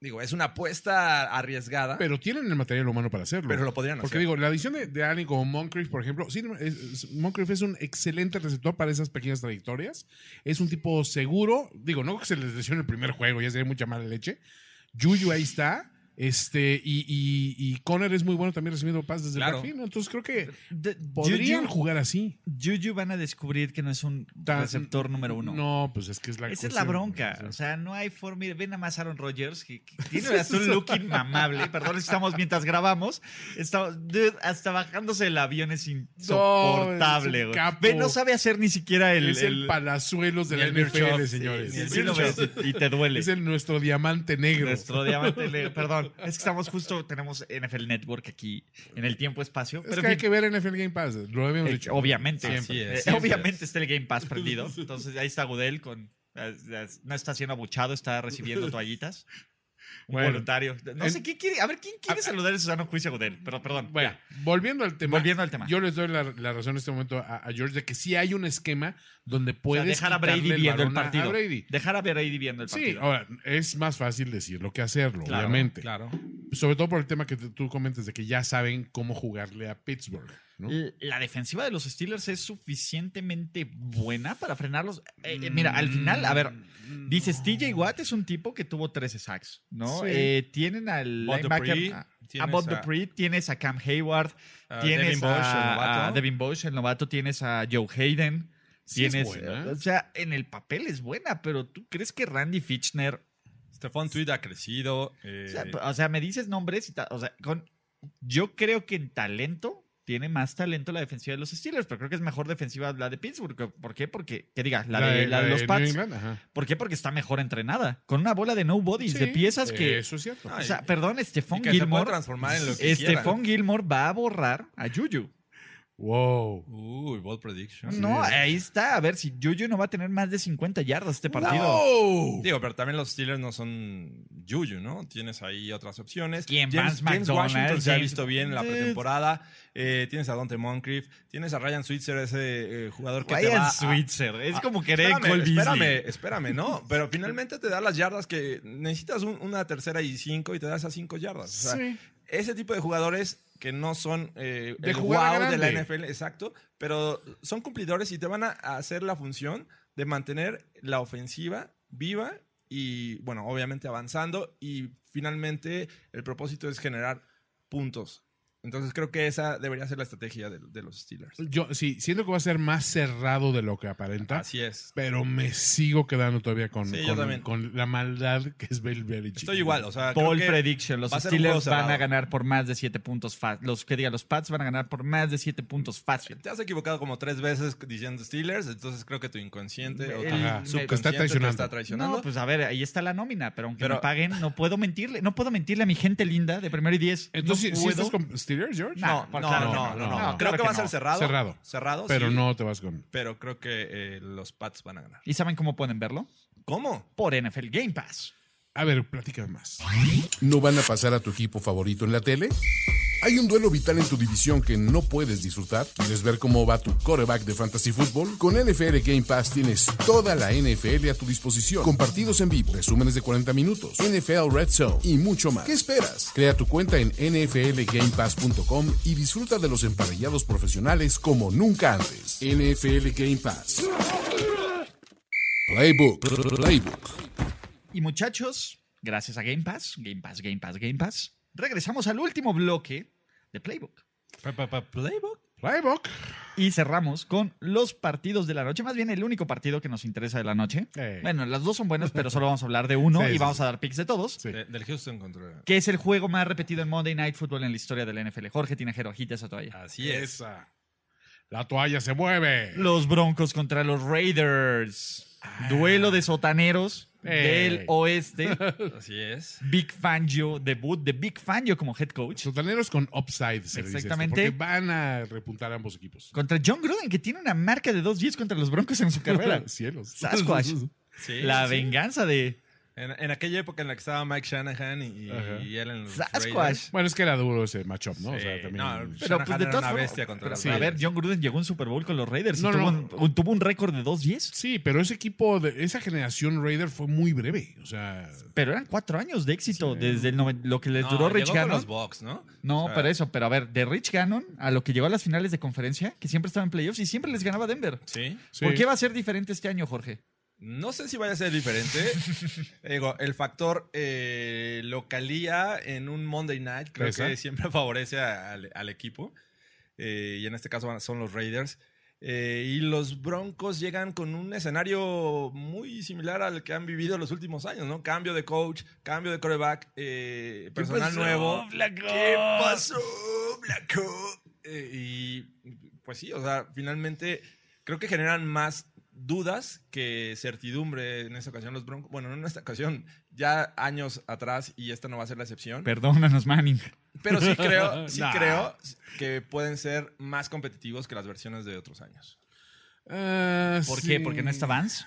digo, es una apuesta arriesgada, pero,
Pero tienen el material humano para hacerlo.
lo podrían
porque
hacer.
digo, la adición de, de alguien como Moncrief, por ejemplo, sí, es- es- Moncrief es un excelente receptor para esas pequeñas trayectorias. Es un tipo seguro. Digo, no que se les lesione el primer juego, ya sería mucha mala leche. Yuyu ahí está. Este, y, y, y Conner es muy bueno también recibiendo pases desde
Claro.
el backfield, ¿no? Entonces creo que
De-
podrían
Juju-
jugar así.
Juju van a descubrir que no es un
Tan-
receptor número uno.
No, pues es que es la
Esa es la
cuestión.
bronca.
Sí.
O sea, no hay forma. Mira, Ven a más Aaron Rodgers, que, que tiene hasta un look inmamable. Perdón, estamos mientras grabamos. Estamos, dude, hasta bajándose del avión es
es
insoportable,
un
güey.
capo.
Ve, no sabe hacer ni siquiera el.
es el, palazuelos de
ni
la
el
NFL,
Bischoff,
señores.
sí, ni el Bischoff, y te duele.
es el nuestro diamante negro.
Nuestro diamante
<laughs>
negro. Perdón, es que estamos justo, tenemos NFL Network aquí en el tiempo-espacio.
es
Pero
que
en
hay
fin,
que ver NFL Game Pass. Lo habíamos
eh,
dicho.
obviamente.
Así
Eh,
es,
obviamente está el Game
<laughs>
Pass prendido.
<laughs>
Entonces ahí está Gudel con. eh, eh, No está siendo abuchado, está recibiendo toallitas.
Bueno.
voluntario. No
En-
sé quién quiere. A ver, ¿quién quiere saludar a Susano Juicio Godel? Pero, perdón.
Bueno,
ya.
volviendo al tema.
Volviendo al tema.
Yo les doy la, la razón en este momento a, a George de que sí hay un esquema donde
O sea,
puedes
dejar a
quitarle
Brady viendo el
balón a- a
partido.
Brady.
Dejar a Brady viendo el
Sí,
partido.
ahora, es más fácil decirlo que hacerlo,
Claro,
obviamente.
Claro.
Sobre todo por el tema que t- tú comentas de que ya saben cómo jugarle a Pittsburgh. ¿no?
L- La defensiva de los Steelers es suficientemente buena para frenarlos. Eh, eh, mira, al final, a ver, dices TJ Watt es un tipo que tuvo 13 sacks, ¿no?
Mm. Sí.
Eh, tienen al
Bud
linebacker,
Dupree,
a- a
tienes
Bob
a-
Dupree, tienes a Cam Hayward,
a
tienes
Devin Bush, el
a, a
novato.
Devin Bush, el novato, tienes a Joe Hayden,
Sí es
tienes,
buena.
eh, o sea, en el papel es buena, pero tú crees que Randy Fitchner,
Stephon Tweed ha crecido.
o
eh,
sea, o sea, me dices nombres y tal, o sea, con, yo creo que en talento tiene más talento la defensiva de los Steelers, pero creo que es mejor defensiva la de Pittsburgh. ¿Por qué? Porque, que diga, la, de, la de los
New
Pats.
England, ajá.
¿Por qué? Porque está mejor entrenada, con una bola de nobodies, de
Sí,
piezas que,
Eso es cierto.
Ah,
o sea, perdón,
y
Stephon
que se puede
Gilmore,
transformar en lo que quiera.
Stephon Gilmore va a borrar a Juju.
wow.
Uy, bold prediction.
No, ahí está. A ver si Juju no va a tener más de 50 yardas este partido.
Digo, pero también los Steelers no son Yuyu, ¿no? Tienes ahí otras opciones.
¿Quién? Vance McDonald,
Washington se ha
James-
visto bien en la
Sí.
pretemporada. Eh, tienes a Dante Moncrief. Tienes a Ryan Switzer, ese eh, jugador que te
Ryan
va a-
Switzer. es
a-
como querer en
espérame,
Cole Beasley.
espérame, espérame, <laughs> ¿no? Pero finalmente te da las yardas que necesitas un- una tercera y cinco y te da esas cinco yardas. O sea,
Sí.
Ese tipo de jugadores que no son eh,
De
el
jugada
wow de la
grande.
NFL, exacto, pero son cumplidores y te van a hacer la función de mantener la ofensiva viva y, bueno, obviamente avanzando y finalmente el propósito es generar puntos. Entonces creo que esa debería ser la estrategia de, de los Steelers.
Yo sí, siento que va a ser más cerrado de lo que aparenta.
Así es.
Pero me sigo quedando todavía con,
Sí, yo
con,
también.
con la maldad que es Bill Belichick.
Estoy igual, o sea, Ah, creo
Paul
que
Prediction. Los
va a ser un juego
Steelers van a
cerrado.
ganar por más de 7 puntos fácil. Los que diga, los Pats van a ganar por más de 7 puntos fácil.
te has equivocado como tres veces diciendo Steelers, entonces creo que tu inconsciente o tu
El-
Ajá,
subconsciente
te está
te
traicionando.
está traicionando.
No, pues a ver, ahí está la nómina, pero aunque
Pero-
me paguen, no puedo mentirle. No puedo mentirle a mi gente linda de primero y 10.
Entonces,
no
¿sí- ¿sí
puedo.
estás con Steelers, George?
Nah,
No,
por-
no,
claro
no,
que
no,
no,
no.
no,
Creo
claro
Ah, que,
que
va a
no.
ser cerrado.
Cerrado.
Cerrado,
Pero
sí.
no te vas con.
Pero creo que eh, los Pats van a ganar.
¿Y saben cómo pueden verlo?
¿Cómo?
Por NFL Game Pass.
A ver, platica más.
¿No van a pasar a tu equipo favorito en la tele? ¿Hay un duelo vital en tu división que no puedes disfrutar? ¿Quieres ver cómo va tu coreback de fantasy fútbol? Con NFL Game Pass tienes toda la NFL a tu disposición, con partidos en vivo, resúmenes de 40 minutos, NFL Red Zone y mucho más. ¿Qué esperas? Crea tu cuenta en nflgamepass.com y disfruta de los emparellados profesionales como nunca antes. NFL Game Pass. Playbook. Playbook.
Y muchachos, gracias a Game Pass, Game Pass, Game Pass, Game Pass, regresamos al último bloque de Playbook.
¿Playbook?
Playbook.
Y cerramos con los partidos de la noche, más bien el único partido que nos interesa de la noche.
Eh.
Bueno, las dos son buenas, pero solo vamos a hablar de uno
Sí,
y
sí,
vamos a dar picks de todos.
Sí.
De- del Houston contra...
Que es el juego más repetido en Monday Night Football en la historia del NFL. Jorge Tinajero, agita esa
Ah,
toalla.
Así es.
Esa. La toalla se mueve.
Los Broncos contra los Raiders. Duelo de sotaneros
Ah. Ey.
del oeste.
Así es.
Big Fangio, debut de Big Fangio como head coach.
Sotaneros con upside, se le dice esto,
Exactamente.
porque van a repuntar ambos equipos.
Contra John Gruden, que tiene una marca de 2-10 contra los Broncos en su
<laughs>
carrera.
Cielos.
Sasquatch.
Sí,
La
sí, sí.
venganza de
En, en aquella época en la que estaba Mike Shanahan y,
Ajá.
y él en los
Sasquatch.
Raiders.
<laughs> Bueno, es que era duro ese matchup, ¿no? O sea,
Sí,
también.
no,
Pero
Shanahan
pues de todas
era una
formas-
bestia contra
pero
los
sí, A ver,
Raiders.
John Gruden llegó a un Super Bowl con los Raiders y
No,
tuvo,
no.
Un, un- tuvo un récord de 2-10.
Sí, pero ese equipo, de, esa generación Raider fue muy breve. O sea,
Pero eran cuatro años de éxito desde el noven- lo que les
No,
duró
llegó
Rich
con
Gannon.
los Bucks, ¿no?
No,
O sea,
pero eso, pero a ver, de Rich Gannon a lo que llegó a las finales de conferencia, que siempre estaba en playoffs y siempre les ganaba Denver.
Sí.
sí.
¿Por qué va a ser diferente este año, Jorge?
No sé si vaya a ser diferente. Eh, Digo, el factor eh, localía en un Monday night creo
¿Pesa?
que siempre <laughs> favorece a- al, al equipo. Eh, y en este caso van- son los Raiders. Eh, y los Broncos llegan con un escenario muy similar al que han vivido los últimos años, ¿no? Cambio de coach, cambio de coreback, eh, personal nuevo. ¿Qué pasó, Blanco? Eh, y pues sí, o sea, finalmente creo que generan más dudas que certidumbre en esta ocasión los Broncos. Bueno, no en esta ocasión, ya años atrás y esta no va a ser la excepción. Pero,
Perdónanos, Manning.
sí creo, sí
Nah.
creo que pueden ser más competitivos que las versiones de otros años.
Ah,
¿Por
sí.
qué? ¿Porque no está Vance?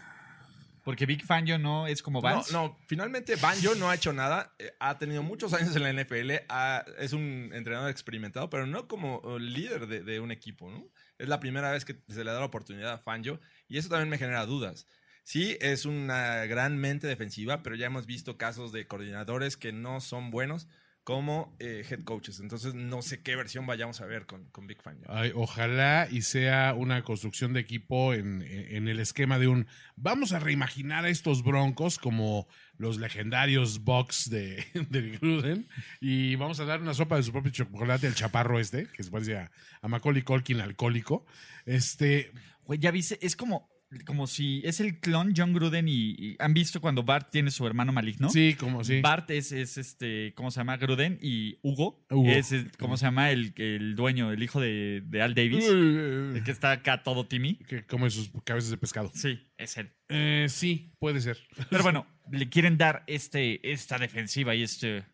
Porque Big Fan yo no es como Vance.
No, no, finalmente Banjo no ha hecho nada. Eh, Ha tenido muchos años en la NFL. ha- es un entrenador experimentado, pero no como eh, líder de, de un equipo, ¿no? Es la primera vez que se le da la oportunidad a Fangio y eso también me genera dudas. Sí, es una gran mente defensiva, pero ya hemos visto casos de coordinadores que no son buenos como eh, head coaches. Entonces, no sé qué versión vayamos a ver con, con Big Fangio.
Ay, ojalá y sea una construcción de equipo en, en- en el esquema de un vamos a reimaginar a estos broncos como los legendarios Bucks de, <laughs> del Gruden y vamos a dar una sopa de su propio chocolate al chaparro este, que se parece a, a Macaulay Culkin alcohólico. Este,
Güey, ya viste, es como, como si es el clon John Gruden y, y- han visto cuando Bart tiene su hermano maligno.
sí, como sí.
Bart es, es este, ¿cómo se llama? Gruden y Hugo,
Hugo.
es, el- ¿cómo se llama? El, el dueño, el hijo de, de Al Davis, el que está acá todo Timmy.
Que come sus cabezas de pescado.
Sí, es él.
Eh, sí, puede ser.
Pero bueno, le quieren dar este, esta defensiva y este.
Eh,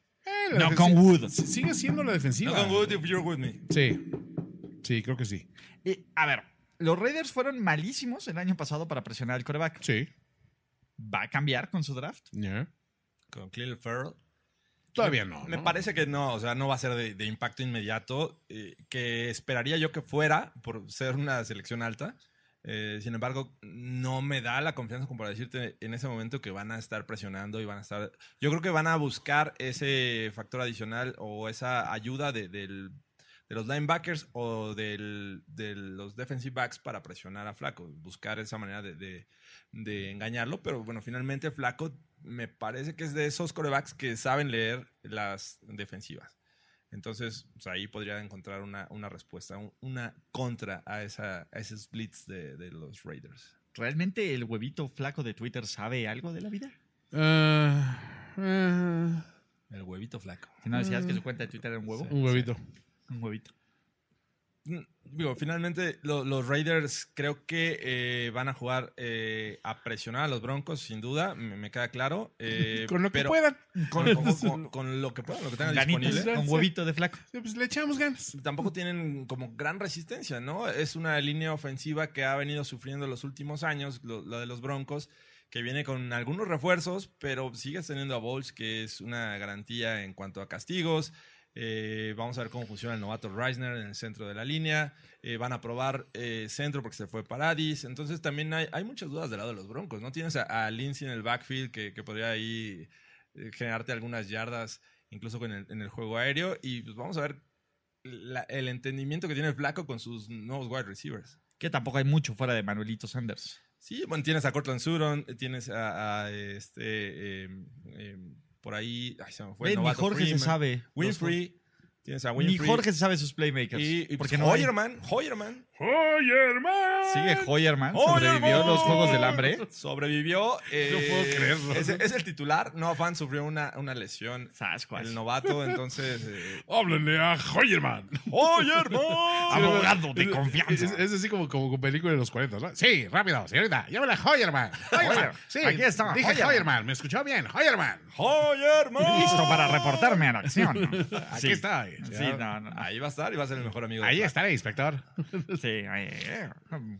la
No
defensi-
con Wood.
S- Sigue siendo la defensiva. Sí, sí, creo que sí.
Y, a ver, los Raiders fueron malísimos el año pasado para presionar al coreback.
Sí.
¿Va a cambiar con su draft?
ya.
Con Clelin Ferrell.
Todavía no.
Me
¿no?
parece que no, o sea, no va a ser de, de impacto inmediato, eh, que esperaría yo que fuera por ser una selección alta. Eh, sin embargo, no me da la confianza como para decirte en ese momento que van a estar presionando y van a estar... Yo creo que van a buscar ese factor adicional o esa ayuda de, del- de los linebackers o del- de los defensive backs para presionar a Flaco, buscar esa manera de- de, de engañarlo, pero bueno, finalmente Flaco me parece que es de esos corebacks que saben leer las defensivas. Entonces, o sea, ahí podría encontrar una, una respuesta, un- una contra a, esa, a esos blitz de, de los Raiders.
¿Realmente el huevito flaco de Twitter sabe algo de la vida?
Ah, ah,
El huevito flaco.
Si no decías que su cuenta de Twitter era un huevo.
un huevito.
Un huevito.
Mm, Digo, finalmente lo- los Raiders creo que eh, van a jugar eh, a presionar a los Broncos, sin duda, me, me queda <laughs> claro. eh,
Con lo que
pero-
puedan.
Con, con- con- con lo que puedan, lo que tengan disponible.
Ganitas, un huevito de flaco.
Eh, Pues le echamos ganas.
tampoco tienen como gran resistencia, ¿no? Es una línea ofensiva que ha venido sufriendo los últimos años, lo, la de los Broncos, que viene con algunos refuerzos, pero sigues teniendo a Bowles, que es una garantía en cuanto a castigos. Eh, vamos a ver cómo funciona el novato Reisner en el centro de la línea. Eh, van a probar eh, centro porque se fue Paradis. Entonces también hay, hay muchas dudas del lado de los Broncos, ¿no? Tienes a, a Lindsey en el backfield que, que podría ahí eh, generarte algunas yardas, incluso con el- en el juego aéreo. Y pues vamos a ver la- el entendimiento que tiene el Flaco con sus nuevos wide receivers.
Que tampoco hay mucho fuera de Manuelito Sanders.
Sí, bueno, tienes a Cortland Sutton, tienes a, a este. eh, eh, por ahí. Ay, se me fue. el
Ve, ni
novato
Jorge se
Freeman.
sabe.
Winfrey. Tienes a
Los- Ni
Winfrey.
Jorge se sabe sus playmakers.
Y, y
porque
pues,
no hay-
Hoyerman. Hoyerman.
¡Oye, hermano!
Sigue Hoyerman.
¡Hoyerman!
Sobrevivió los Juegos del Hambre. <laughs>
Sobrevivió. eh,
No puedo creerlo.
Es, es el titular. No, Fan sufrió una, una lesión.
Sasquatch.
El novato, entonces.
<laughs>
eh,
Háblenle a Hoyerman.
¡Hoyerman!
Abogado de
Es-
confianza.
Es, es así como, como con película de los 40, ¿no? Sí, rápido, señorita. Llámala a Hoyerman. Hoyerman. Sí,
Aquí está,
Dije
Hoyerman.
Hoyerman. Me escuchó bien. Hoyerman.
¡Hoyerman!
Listo para reportarme a la acción. <laughs>
Aquí
Sí.
está.
Sí, no, no. <laughs>
Ahí va a estar y va a ser el mejor amigo. de
Ahí
Flaco.
estaré, inspector.
Sí, eh, eh.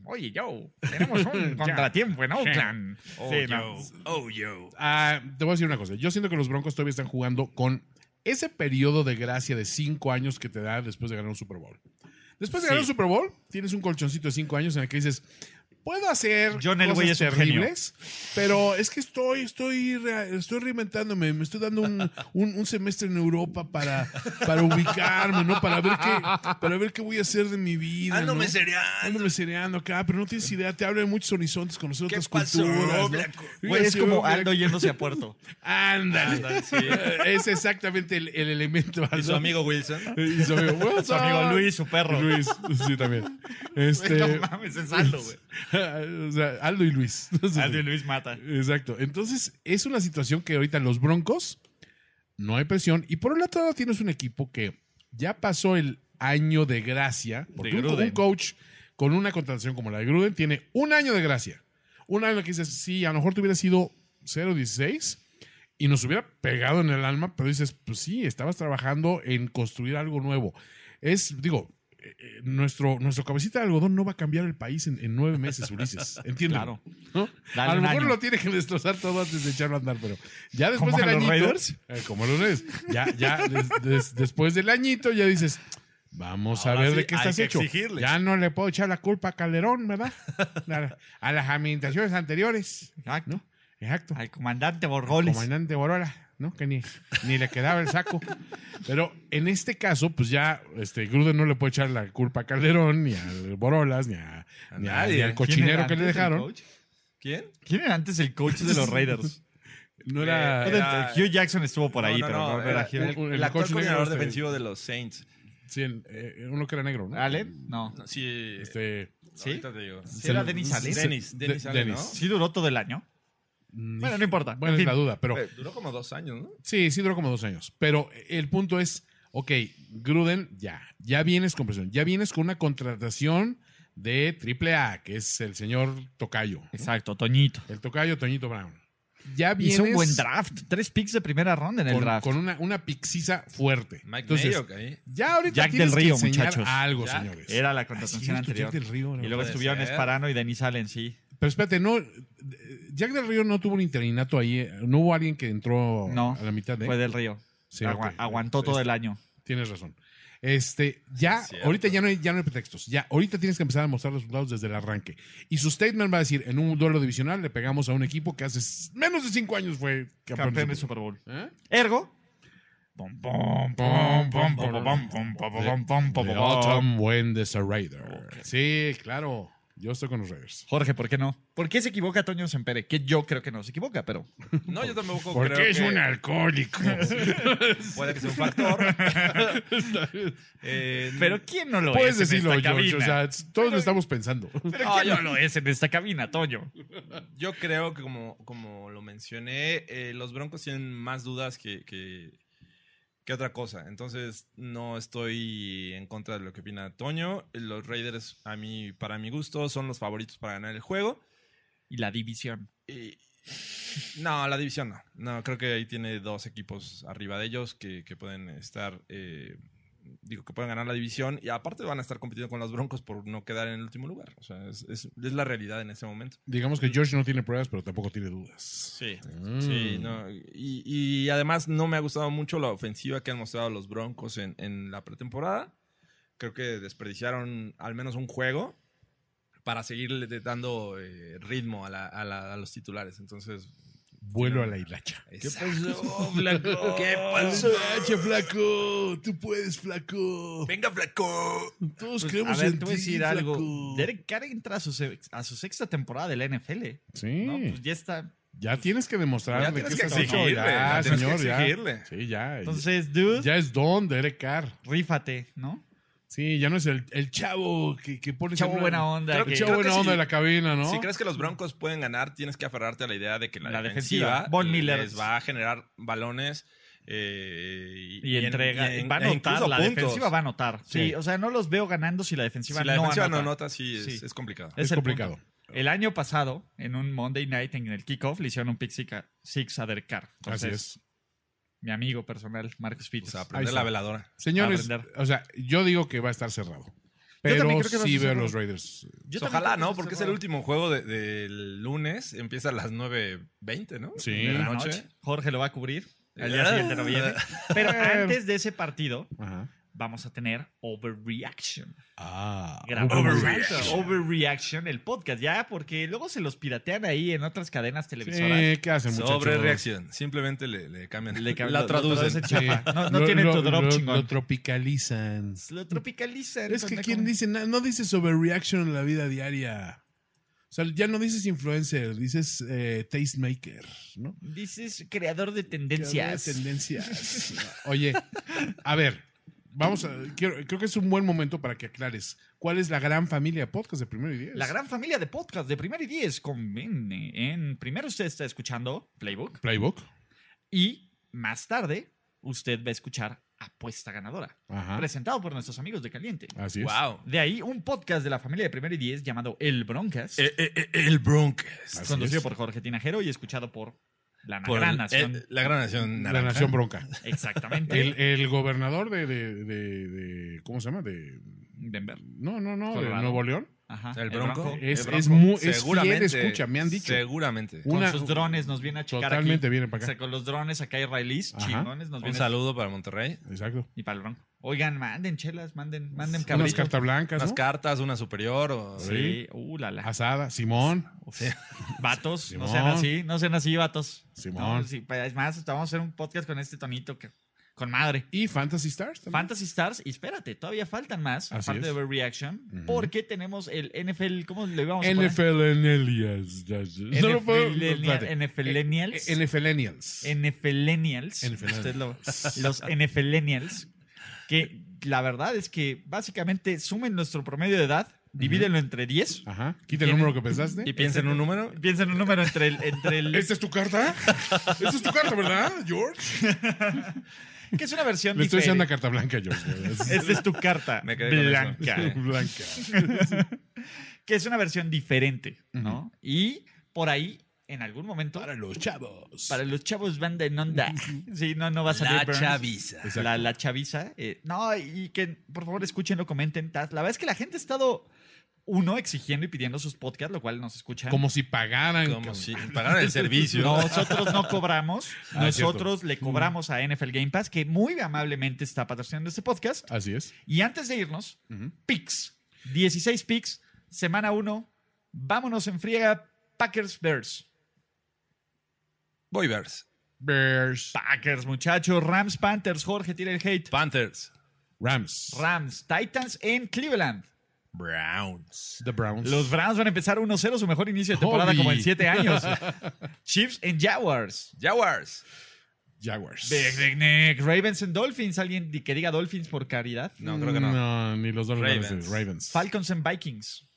oye, Joe, tenemos <laughs> un contratiempo en Oakland. Sí, no.
Oh, yo.
Ah, te voy a decir una cosa. Yo siento que los Broncos todavía están jugando con ese periodo de gracia de cinco años que te da después de ganar un Super Bowl. Después de ganar un Super Bowl, tienes un colchoncito de cinco años en el que dices, puedo hacer
John
cosas
Elway es un
terribles, pero es que estoy, estoy, re- estoy reinventándome, me estoy dando un, un- un semestre en Europa para, para ubicarme, ¿no? Para ver qué, para ver qué voy a hacer de mi vida.
Ándome
Ah, ¿no?
cereal.
Ándome cereando acá, pero no tienes idea, te abre muchos horizontes, conocer
¿Qué
otras
pasó,
culturas. ¿no?
Blanco?
Pues Güey, es
Sí,
como
Blanco.
Aldo yéndose a Puerto.
Ándale.
Ándale, sí.
Eh,
es exactamente el, el elemento.
Y su
¿no?
amigo Wilson.
Y su amigo,
<laughs>
"What's
Su amigo
up?"
Luis, su perro. <laughs>
Luis, sí, también.
Güey,
Este,
No mames, es Aldo, güey.
<laughs> o sea, Aldo y Luis.
Aldo y Luis mata.
Exacto. Entonces, es una situación que ahorita los Broncos no hay presión. Y por un lado, tienes un equipo que ya pasó el año de gracia. Porque
De
un-
Gruden.
un coach con una contratación como la de Gruden tiene un año de gracia. Un año que dices, sí, a lo mejor te hubiera sido 0-16 y nos hubiera pegado en el alma, pero dices, pues sí, estabas trabajando en construir algo nuevo. Es, digo, eh, eh, nuestro, nuestro cabecita de algodón no va a cambiar el país en, en nueve meses,
<laughs>
Ulises. Entiendo.
Claro.
¿no?
Dale
a lo
un
mejor
año.
lo tiene que destrozar todo antes de echarlo a andar, pero ya después
¿Como
del
a los
añito.
Raiders?
eh, como los Raiders. Ya, ya des- des- después del añito ya dices, vamos a
Ahora
ver
sí,
de qué
hay
estás
que
hecho.
exigirle.
Ya no le puedo echar la culpa a Calderón, ¿verdad? A, a las administraciones anteriores.
Exacto.
¿no? Exacto.
Ah, Al comandante Borgoles.
Comandante Borola, ¿no? Que ni, ni le quedaba el saco. Pero en este caso, pues ya este, Gruden no le puede echar la culpa a Calderón, ni al Borolas, ni, a-
A
ni a-
nadie.
ni
¿Quién
al cochinero
era
que le
antes el
dejaron.
coach?
¿Quién?
¿Quién era antes el coach de
<laughs>
los Raiders?
No era.
Eh, Era-
Hugh Jackson estuvo por ahí,
No, no,
pero
no,
no era
era
Hugh.
un-
el,
el
el actual
coach
coordinador
negro, este.
defensivo de los Saints.
sí, el- eh, uno que era negro, ¿no?
¿Allen? No.
No, Sí,
Este,
¿Sí?
ahorita te digo.
¿Sí era Dennis Allen?
Dennis, Dennis
De-
Allen, ¿no?
Dennis.
Sí duró todo el año. Bueno, no importa.
mm, bueno,
En
es la
fin.
duda, pero
Eh, Duró como dos años, ¿no?
sí, sí duró como dos años. Pero el punto es, ok, Gruden, ya, ya vienes con presión, ya vienes con una contratación de AAA, que es el señor Tocayo. ¿no?
Exacto, Toñito.
El tocayo Toñito Brown. Ya vienes
Hizo un buen draft. Tres picks de primera ronda en el
con,
draft.
con una, una pixisa fuerte.
Mike
Entonces,
Mayock ahí.
ya ahorita
Jack
tienes
del Río,
que enseñar
muchachos.
algo,
Jack
señores.
Era la
Ah,
contratación
cierto,
anterior.
Jack del Río.
Y
¿no?
luego
puede
estuvieron
ser.
Esparano y Denis Allen, sí.
Pero espérate, no. eh, Jack del Río no tuvo un interinato ahí. eh, No hubo alguien que entró
No,
a la mitad de.
Fue del Río.
Sí,
Agua-
ok. Este,
Aguantó todo el año.
Tienes razón. Este, ya,
Es cierto.
ahorita ya no, hay, ya no hay pretextos. Ya, ahorita tienes que empezar a mostrar resultados desde el arranque. Y su statement va a decir: en un duelo divisional le pegamos a un equipo que hace s- menos de cinco años fue campeón,
Campeón de
Super
Super Bowl.
Bowl. ¿Eh?
Ergo.
The Autumn When There's a Raider. Sí, claro. Yo estoy con los Raiders.
Jorge, ¿por qué no? ¿Por qué se equivoca Toño Sempere? Que yo creo que no se equivoca, pero.
No, yo tampoco
Porque
creo
es
que
<laughs>
un alcohólico.
puede que sea un factor. Eh,
Pero ¿quién no lo
Puedes
es en
decirlo,
esta
George.
cabina?
O sea, todos lo estamos pensando.
¿Pero
No,
quién
yo-
no lo es en esta cabina, Toño?
Yo creo que como, como lo mencioné, eh, los Broncos tienen más dudas que, que, que otra cosa. Entonces, no estoy en contra de lo que opina Toño. Los Raiders, a mí, para mi gusto, son los favoritos para ganar el juego.
Y la división.
Y- no, la división no. No, creo que ahí tiene dos equipos arriba de ellos que, que pueden estar. eh, digo, que pueden ganar la división. Y aparte van a estar compitiendo con los Broncos por no quedar en el último lugar. O sea, es, es- es la realidad en este momento.
Digamos que George no tiene pruebas, pero tampoco tiene dudas.
Sí.
Mm.
Sí, no, y, y además no me ha gustado mucho la ofensiva que han mostrado los Broncos en, en la pretemporada. Creo que desperdiciaron al menos un juego para seguirle de- dando eh, ritmo a, la- a la- a los titulares. Entonces,
Vuelo a la hilacha.
<laughs> pasó, Flaco? ¿Qué pasó?
Hilacha, flaco! ¡Tú puedes, flaco!
Venga, Flaco.
Todos
Pues, a ver, te voy a decir algo. Derek Carr entra a su, se- a su sexta temporada de la NFL.
Sí.
¿no? Pues ya está.
Ya tienes que demostrar
Ya
de
tienes
qué
que
estás hecho.
exigirle,
Ya,
ya tienes que
señor, ya.
exigirle.
Sí, ya.
Entonces, dude,
ya es don de Eric Carr.
rífate, ¿no?
Sí, ya no es el, el chavo que, que pone...
Chavo
siempre-
buena onda.
Creo
El
que-
chavo
que
buena
sí.
onda de la cabina, ¿no?
Si crees que los Broncos pueden ganar, tienes que aferrarte a la idea de que la,
La defensiva.
defensiva,
Von Miller.
les va a generar balones eh,
y
en-
entrega.
y en-
va a
e
anotar.
incluso
La
puntos.
defensiva va a anotar. Sí.
Sí.
o sea, no los veo ganando si la defensiva,
Si la
no,
defensiva no
anota.
anota, sí, es,
Sí.
es complicado.
Es,
el
complicado.
punto. El año pasado, en un Monday night en el kickoff, le hicieron un pick six a- six a Derek Carr.
Así
Entonces,
es.
mi amigo personal, Marcus
O
Peters.
sea,
Ahí
aprender
está.
la veladora.
Señores,
aprender.
o sea, yo digo que va a estar cerrado. Pero
también creo que va a
sí
estar
veo a
cerrado.
los Raiders.
Yo también
Pues
creo
Ojalá,
que
¿no?
se
Porque es el
cerró.
último juego de- del lunes. Empieza a las 9.20, ¿no?
Sí.
De
de
la
la
noche.
noche. Jorge lo va a cubrir. El
Ah.
día siguiente no viene. Pero antes de ese partido,
Ajá.
vamos a tener Overreaction.
Ah.
Grabamos Overreaction. Overreaction, el podcast, ya, porque luego se los piratean ahí en otras cadenas televisoras.
Sí, ¿qué hacen, muchachos?
Sobre reacción. Simplemente le, le cambian.
Le cam-
<laughs> la
lo- lo
traducen.
traducen chafa. No, no tienen tu drop
lo,
chingón.
Lo tropicalizan.
Lo tropicalizan.
Es que
¿no?
quien
Como-
dice, na- no dices overreaction en la vida diaria. O sea, ya no dices influencer, dices eh, tastemaker, ¿no?
Dices creador de
Creador
tendencias.
de Tendencias. Oye, a ver, vamos a. quiero- creo que es un buen momento para que aclares cuál es la gran familia de podcast de primero y diez.
La gran familia de podcast de Primero y Diez conviene en... Primero usted está escuchando Playbook
Playbook.
y más tarde usted va a escuchar Apuesta Ganadora,
Ajá.
presentado por nuestros amigos de Caliente.
Así es.
Wow.
De ahí un podcast de la familia de Primero y Diez llamado El Broncas,
Eh, eh, eh, el Broncos.
Así
conducido
es.
por Jorge Tinajero y escuchado por La
por
gran
el-
nación.
eh, la gran nación
La
naranja.
<laughs>
nación bronca.
<laughs>
Exactamente.
El, el gobernador de, de- de- de- ¿Cómo se llama? De.
Denver.
No, no, no, de
Colorado.
Nuevo León.
Ajá.
El bronco.
Es-
El Bronco.
es mu- es fiel
Seguramente,
escucha, me han dicho.
Seguramente.
Un- Una-
con sus drones nos viene a checar
Totalmente
aquí.
viene para
O sea,
acá.
con los drones acá israelíes,
Ajá.
chingones, nos
Un
viene
saludo para Monterrey.
Exacto.
y para el bronco. Oigan, manden chelas, manden, manden
Unas
cabritos.
cartas ¿eh? blancas,
Unas
¿no?
cartas, una superior. o-
Sí, uh, la, la.
Asada. Simón.
Sí.
Vatos,
Simón.
no sean así, no sean así, vatos.
Simón.
No, sí, pa- es más, hasta vamos a hacer un podcast con este tonito que, con madre.
Y Fantasy Stars también.
Fantasy Stars, y espérate, todavía faltan más,
Así
aparte
es.
de Reaction,
Ujú.
porque tenemos el NFL, ¿cómo le íbamos a poner?
NFL Enelias. No lo puedo- espérate. Eh,
NFLenials.
NFLenials.
NFLenials.
NFLenials.
Ustedes lo- los NFLenials. Que la verdad es que básicamente sumen nuestro promedio de edad, divídenlo entre 10.
Ajá. Quita el número que pensaste.
Y piensa en un número.
Piensen un número entre el, entre el
¿Esta es tu carta? ¿Esta es tu carta, verdad, George?
que es una versión
Le
diferente.
estoy haciendo una carta blanca, George.
Esta es tu carta
Me quedé con eso.
blanca,
<laughs> blanca.
que es una versión diferente, ¿no? Y por ahí, en algún momento, para,
los chavos.
los chavos banda en onda, sí, no, no va a salir
La
Burns.
chaviza.
Exacto.
La, la chaviza. eh, no, y que por favor escúchenlo, comenten. tal. La verdad es que la gente ha estado, uno, exigiendo y pidiendo sus podcasts, lo cual nos escuchan.
Como si pagaran.
Como
cabrón.
si
<laughs>
pagaran el servicio.
Nosotros no cobramos,
Ah, es cierto.
nosotros le cobramos a NFL Game Pass, que muy amablemente está patrocinando este podcast.
Así es.
Y antes de irnos,
Ujú.
picks. 16 picks, semana 1. Vámonos en friega. Packers Bears.
Boy Bears.
Bears.
Packers, muchachos. Rams Panthers. Jorge, tira el hate.
Panthers.
Rams.
Rams Titans en Cleveland.
Browns.
The Browns.
Los Browns van a empezar 1-0, su mejor inicio de temporada
Hobby.
como en 7 <laughs> años. Chiefs en Jaguars.
Jaguars.
Jaguars.
Nick, Nick, Nick. Ravens en Dolphins. Alguien di- que diga Dolphins por caridad.
No, creo que no.
ni los dos Ravens.
Ravens.
Ravens.
Falcons en Vikings.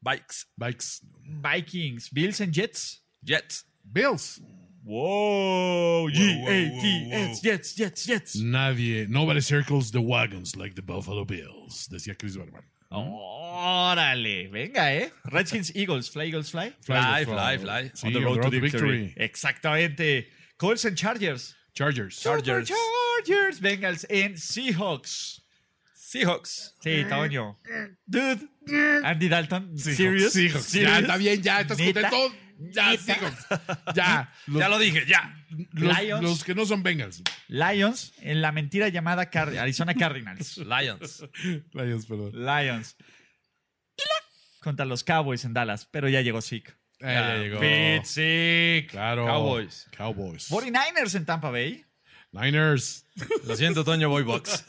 Bikes.
Bikes.
Vikings. Bills en Jets.
Jets.
Bills.
Wow.
G-A-T-S,
Jets, Jets, Jets.
Nadie. Nobody circles the wagons like the Buffalo Bills. Decía Chris Berman.
Órale, venga, ¿eh? Redskins, Eagles, Fly, Eagles, Fly.
Fly,
the
fly,
flag.
fly.
Sí, on the road, to victory.
Exactamente. Colts en Chargers.
Chargers.
Chargers.
Chargers, Bengals en Seahawks.
Seahawks.
Sí, Toño. Dude. Andy Dalton. Serious.
Seahawks, Seahawks. Ya,
Serious.
está bien, ya, estás
¿Neta?
contento. Ya,
¿Neta?
Seahawks.
<laughs>
Ya. Los,
Ya lo dije, ya.
los-
Lions.
los que no son Bengals.
Lions en la mentira llamada Car- Arizona
<laughs>
Cardinals.
Lions.
Lions, perdón. Eh,
Lions. Contra los Cowboys en Dallas, pero ya llegó Zeke.
Ah, ya llegó.
Pete Zeke.
Claro.
Cowboys.
Cowboys.
49ers en Tampa Bay.
Niners.
Lo siento, Toño Boy Box.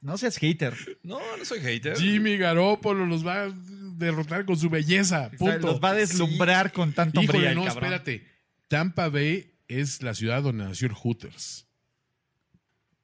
No seas hater.
No, no soy hater.
Jimmy Garoppolo los va a derrotar con su belleza. Punto.
Los va a deslumbrar con tanto
Híjole,
brillo, el
no,
cabrón.
espérate. Tampa Bay es la ciudad donde nació el Hooters.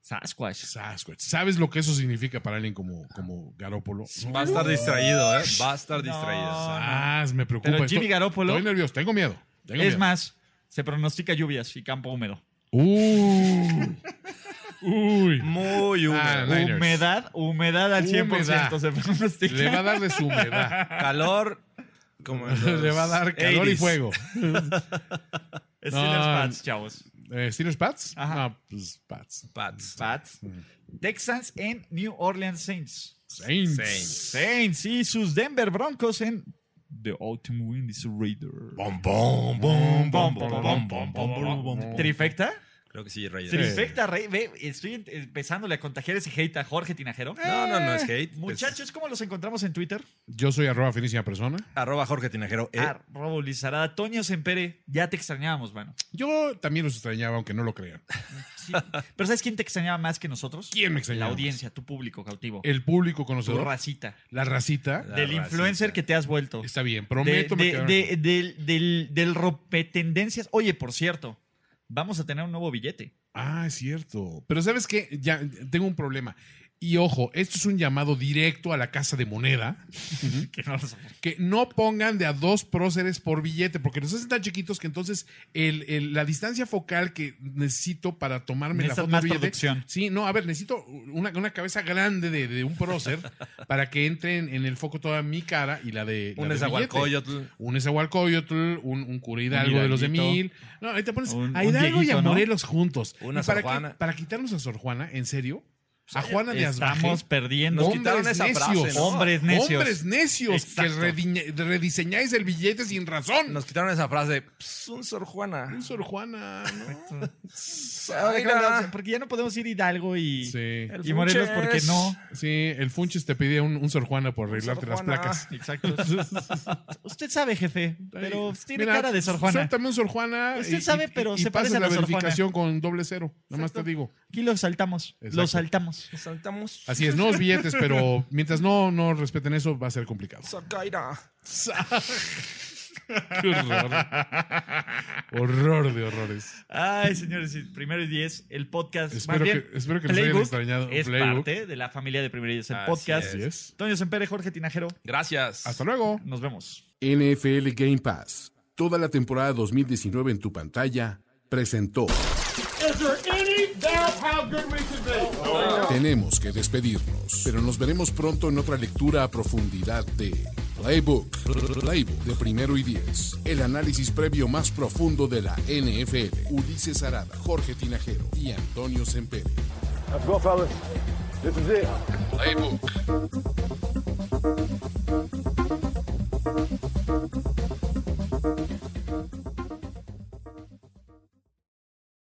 Sasquatch.
Sasquatch. ¿Sabes lo que eso significa para alguien como, como Garópolo?
Va a estar distraído, ¿eh? Va a estar
No.
distraído.
Ah, me preocupa.
Pero Jimmy
Estoy-
Garoppolo-
Estoy nervioso, tengo miedo. Tengo
Es
miedo.
más, se pronostica lluvias y campo húmedo.
Uy.
<laughs>
Uy.
Muy húmedo.
Ah, Niners.
Humedad, humedad al 100%
Humedad.
se pronostica.
Le va a dar de
<laughs>
su humedad.
Calor. Como en los
<laughs> Le va a dar calor y
80s.
fuego.
Steelers
No.
Pats, chavos.
Eh, ¿Steelers Pats?
Ajá.
No, pues Pats.
Pats.
Pats. Texans en New Orleans Saints.
Saints.
Saints.
Saints y sus Denver Broncos en The Ultimate Wind is a Raider.
Bom, bom, bom, bom, bom, bom, bom, bom, bom.
¿Trifecta?
Creo que sí, Raiders.
Trifecta, rey. Ve, estoy en- empezándole a contagiar ese hate a Jorge Tinajero.
Eh.
No, no, no es hate. pues,
Muchachos, ¿cómo los encontramos en Twitter?
Yo soy arroba finísima persona.
arroba Jorge Tinajero. eh.
Arroba Ulizarada. Toño Sempere, ya te extrañábamos, mano.
Yo también los extrañaba, aunque no lo crean. <laughs>
Sí. Pero ¿sabes quién te extrañaba más que nosotros?
¿Quién me extrañaba
La
más?
audiencia, tu público cautivo.
El público
tu
conocedor.
racita.
la racita.
La
del
racita.
influencer que te has vuelto.
Está bien,
De-
prometo. me
de-
quedaron-
de- del, del, del ropetendencias. Oye, por cierto, vamos a tener un nuevo billete. <laughs>
Ah, es cierto. Pero ¿sabes qué? Ya tengo un problema. Y ojo, esto es un llamado directo a la casa de moneda.
Que no lo sabemos.
que no pongan de a dos próceres por billete, porque los hacen tan chiquitos que entonces el- el- la distancia focal que necesito para tomarme la
Necesitas
foto
más
del billete-
producción.
Sí, no, a ver, necesito una, una cabeza grande de, de
<laughs>
un prócer para que entre en, en el foco toda mi cara y la de. la
Un
del
Nezahualcóyotl.
billete. Un Esahualcoyotl, un, un cura Hidalgo de los de
Hidalguito.
mil. No, ahí te pones
Un-
a
un
Hidalgo y a
Dieguito, ¿no?
Morelos juntos.
Una
Y para,
Sor Juana.
que- para quitarnos a Sor Juana, ¿en serio? A Juana de Asbaje.
Estamos perdiendo.
Nos
Hombres
quitaron esa
necios.
frase, ¿no?
Hombres necios.
Hombres necios
Exacto.
que rediñe- rediseñáis el billete sin razón.
Nos quitaron esa frase. "Ps, un Sor Juana.
Un Sor Juana, ¿no?
Ahora
Ay,
déjame
no,
dar-
Porque ya no podemos ir Hidalgo y,
Sí.
El
y Morelos
Funches.
porque no.
Sí, el Funches te pide un, un Sor Juana por arreglarte
Sor
las
Juana.
placas. <laughs>
Exacto. Usted sabe, jefe, pero
Ay,
tiene
mira,
cara de Sor Juana.
Suéltame un Sor Juana.
Usted sabe, pero se
pasas
parece a la
la
Sor Juana.
verificación con doble cero. Nada más te
Exacto.
digo.
Aquí lo saltamos.
Exacto.
Lo saltamos.
Saltamos.
Así es, nuevos billetes, pero mientras no, no respeten eso, va a ser complicado.
Sacaira.
Qué horror. horror de horrores.
Ay, señores, sí, primero y diez, el podcast.
Espero
más bien,
que, espero que les hayan
Playbook
extrañado.
es
Playbook.
parte de la familia de Primero y Diez, el
Así
podcast.
Así es.
Toño Sempere, Jorge Tinajero,
Gracias.
Hasta luego.
nos vemos.
NFL Game Pass, toda la temporada 2019 en tu pantalla, presentó. Tenemos que despedirnos, pero nos veremos pronto en otra lectura a profundidad de Playbook, Playbook de primero y diez, el análisis previo más profundo de la NFL. Ulises Arada, Jorge Tinajero y Antonio Sempere.
Let's go, fellas. This is it.
Playbook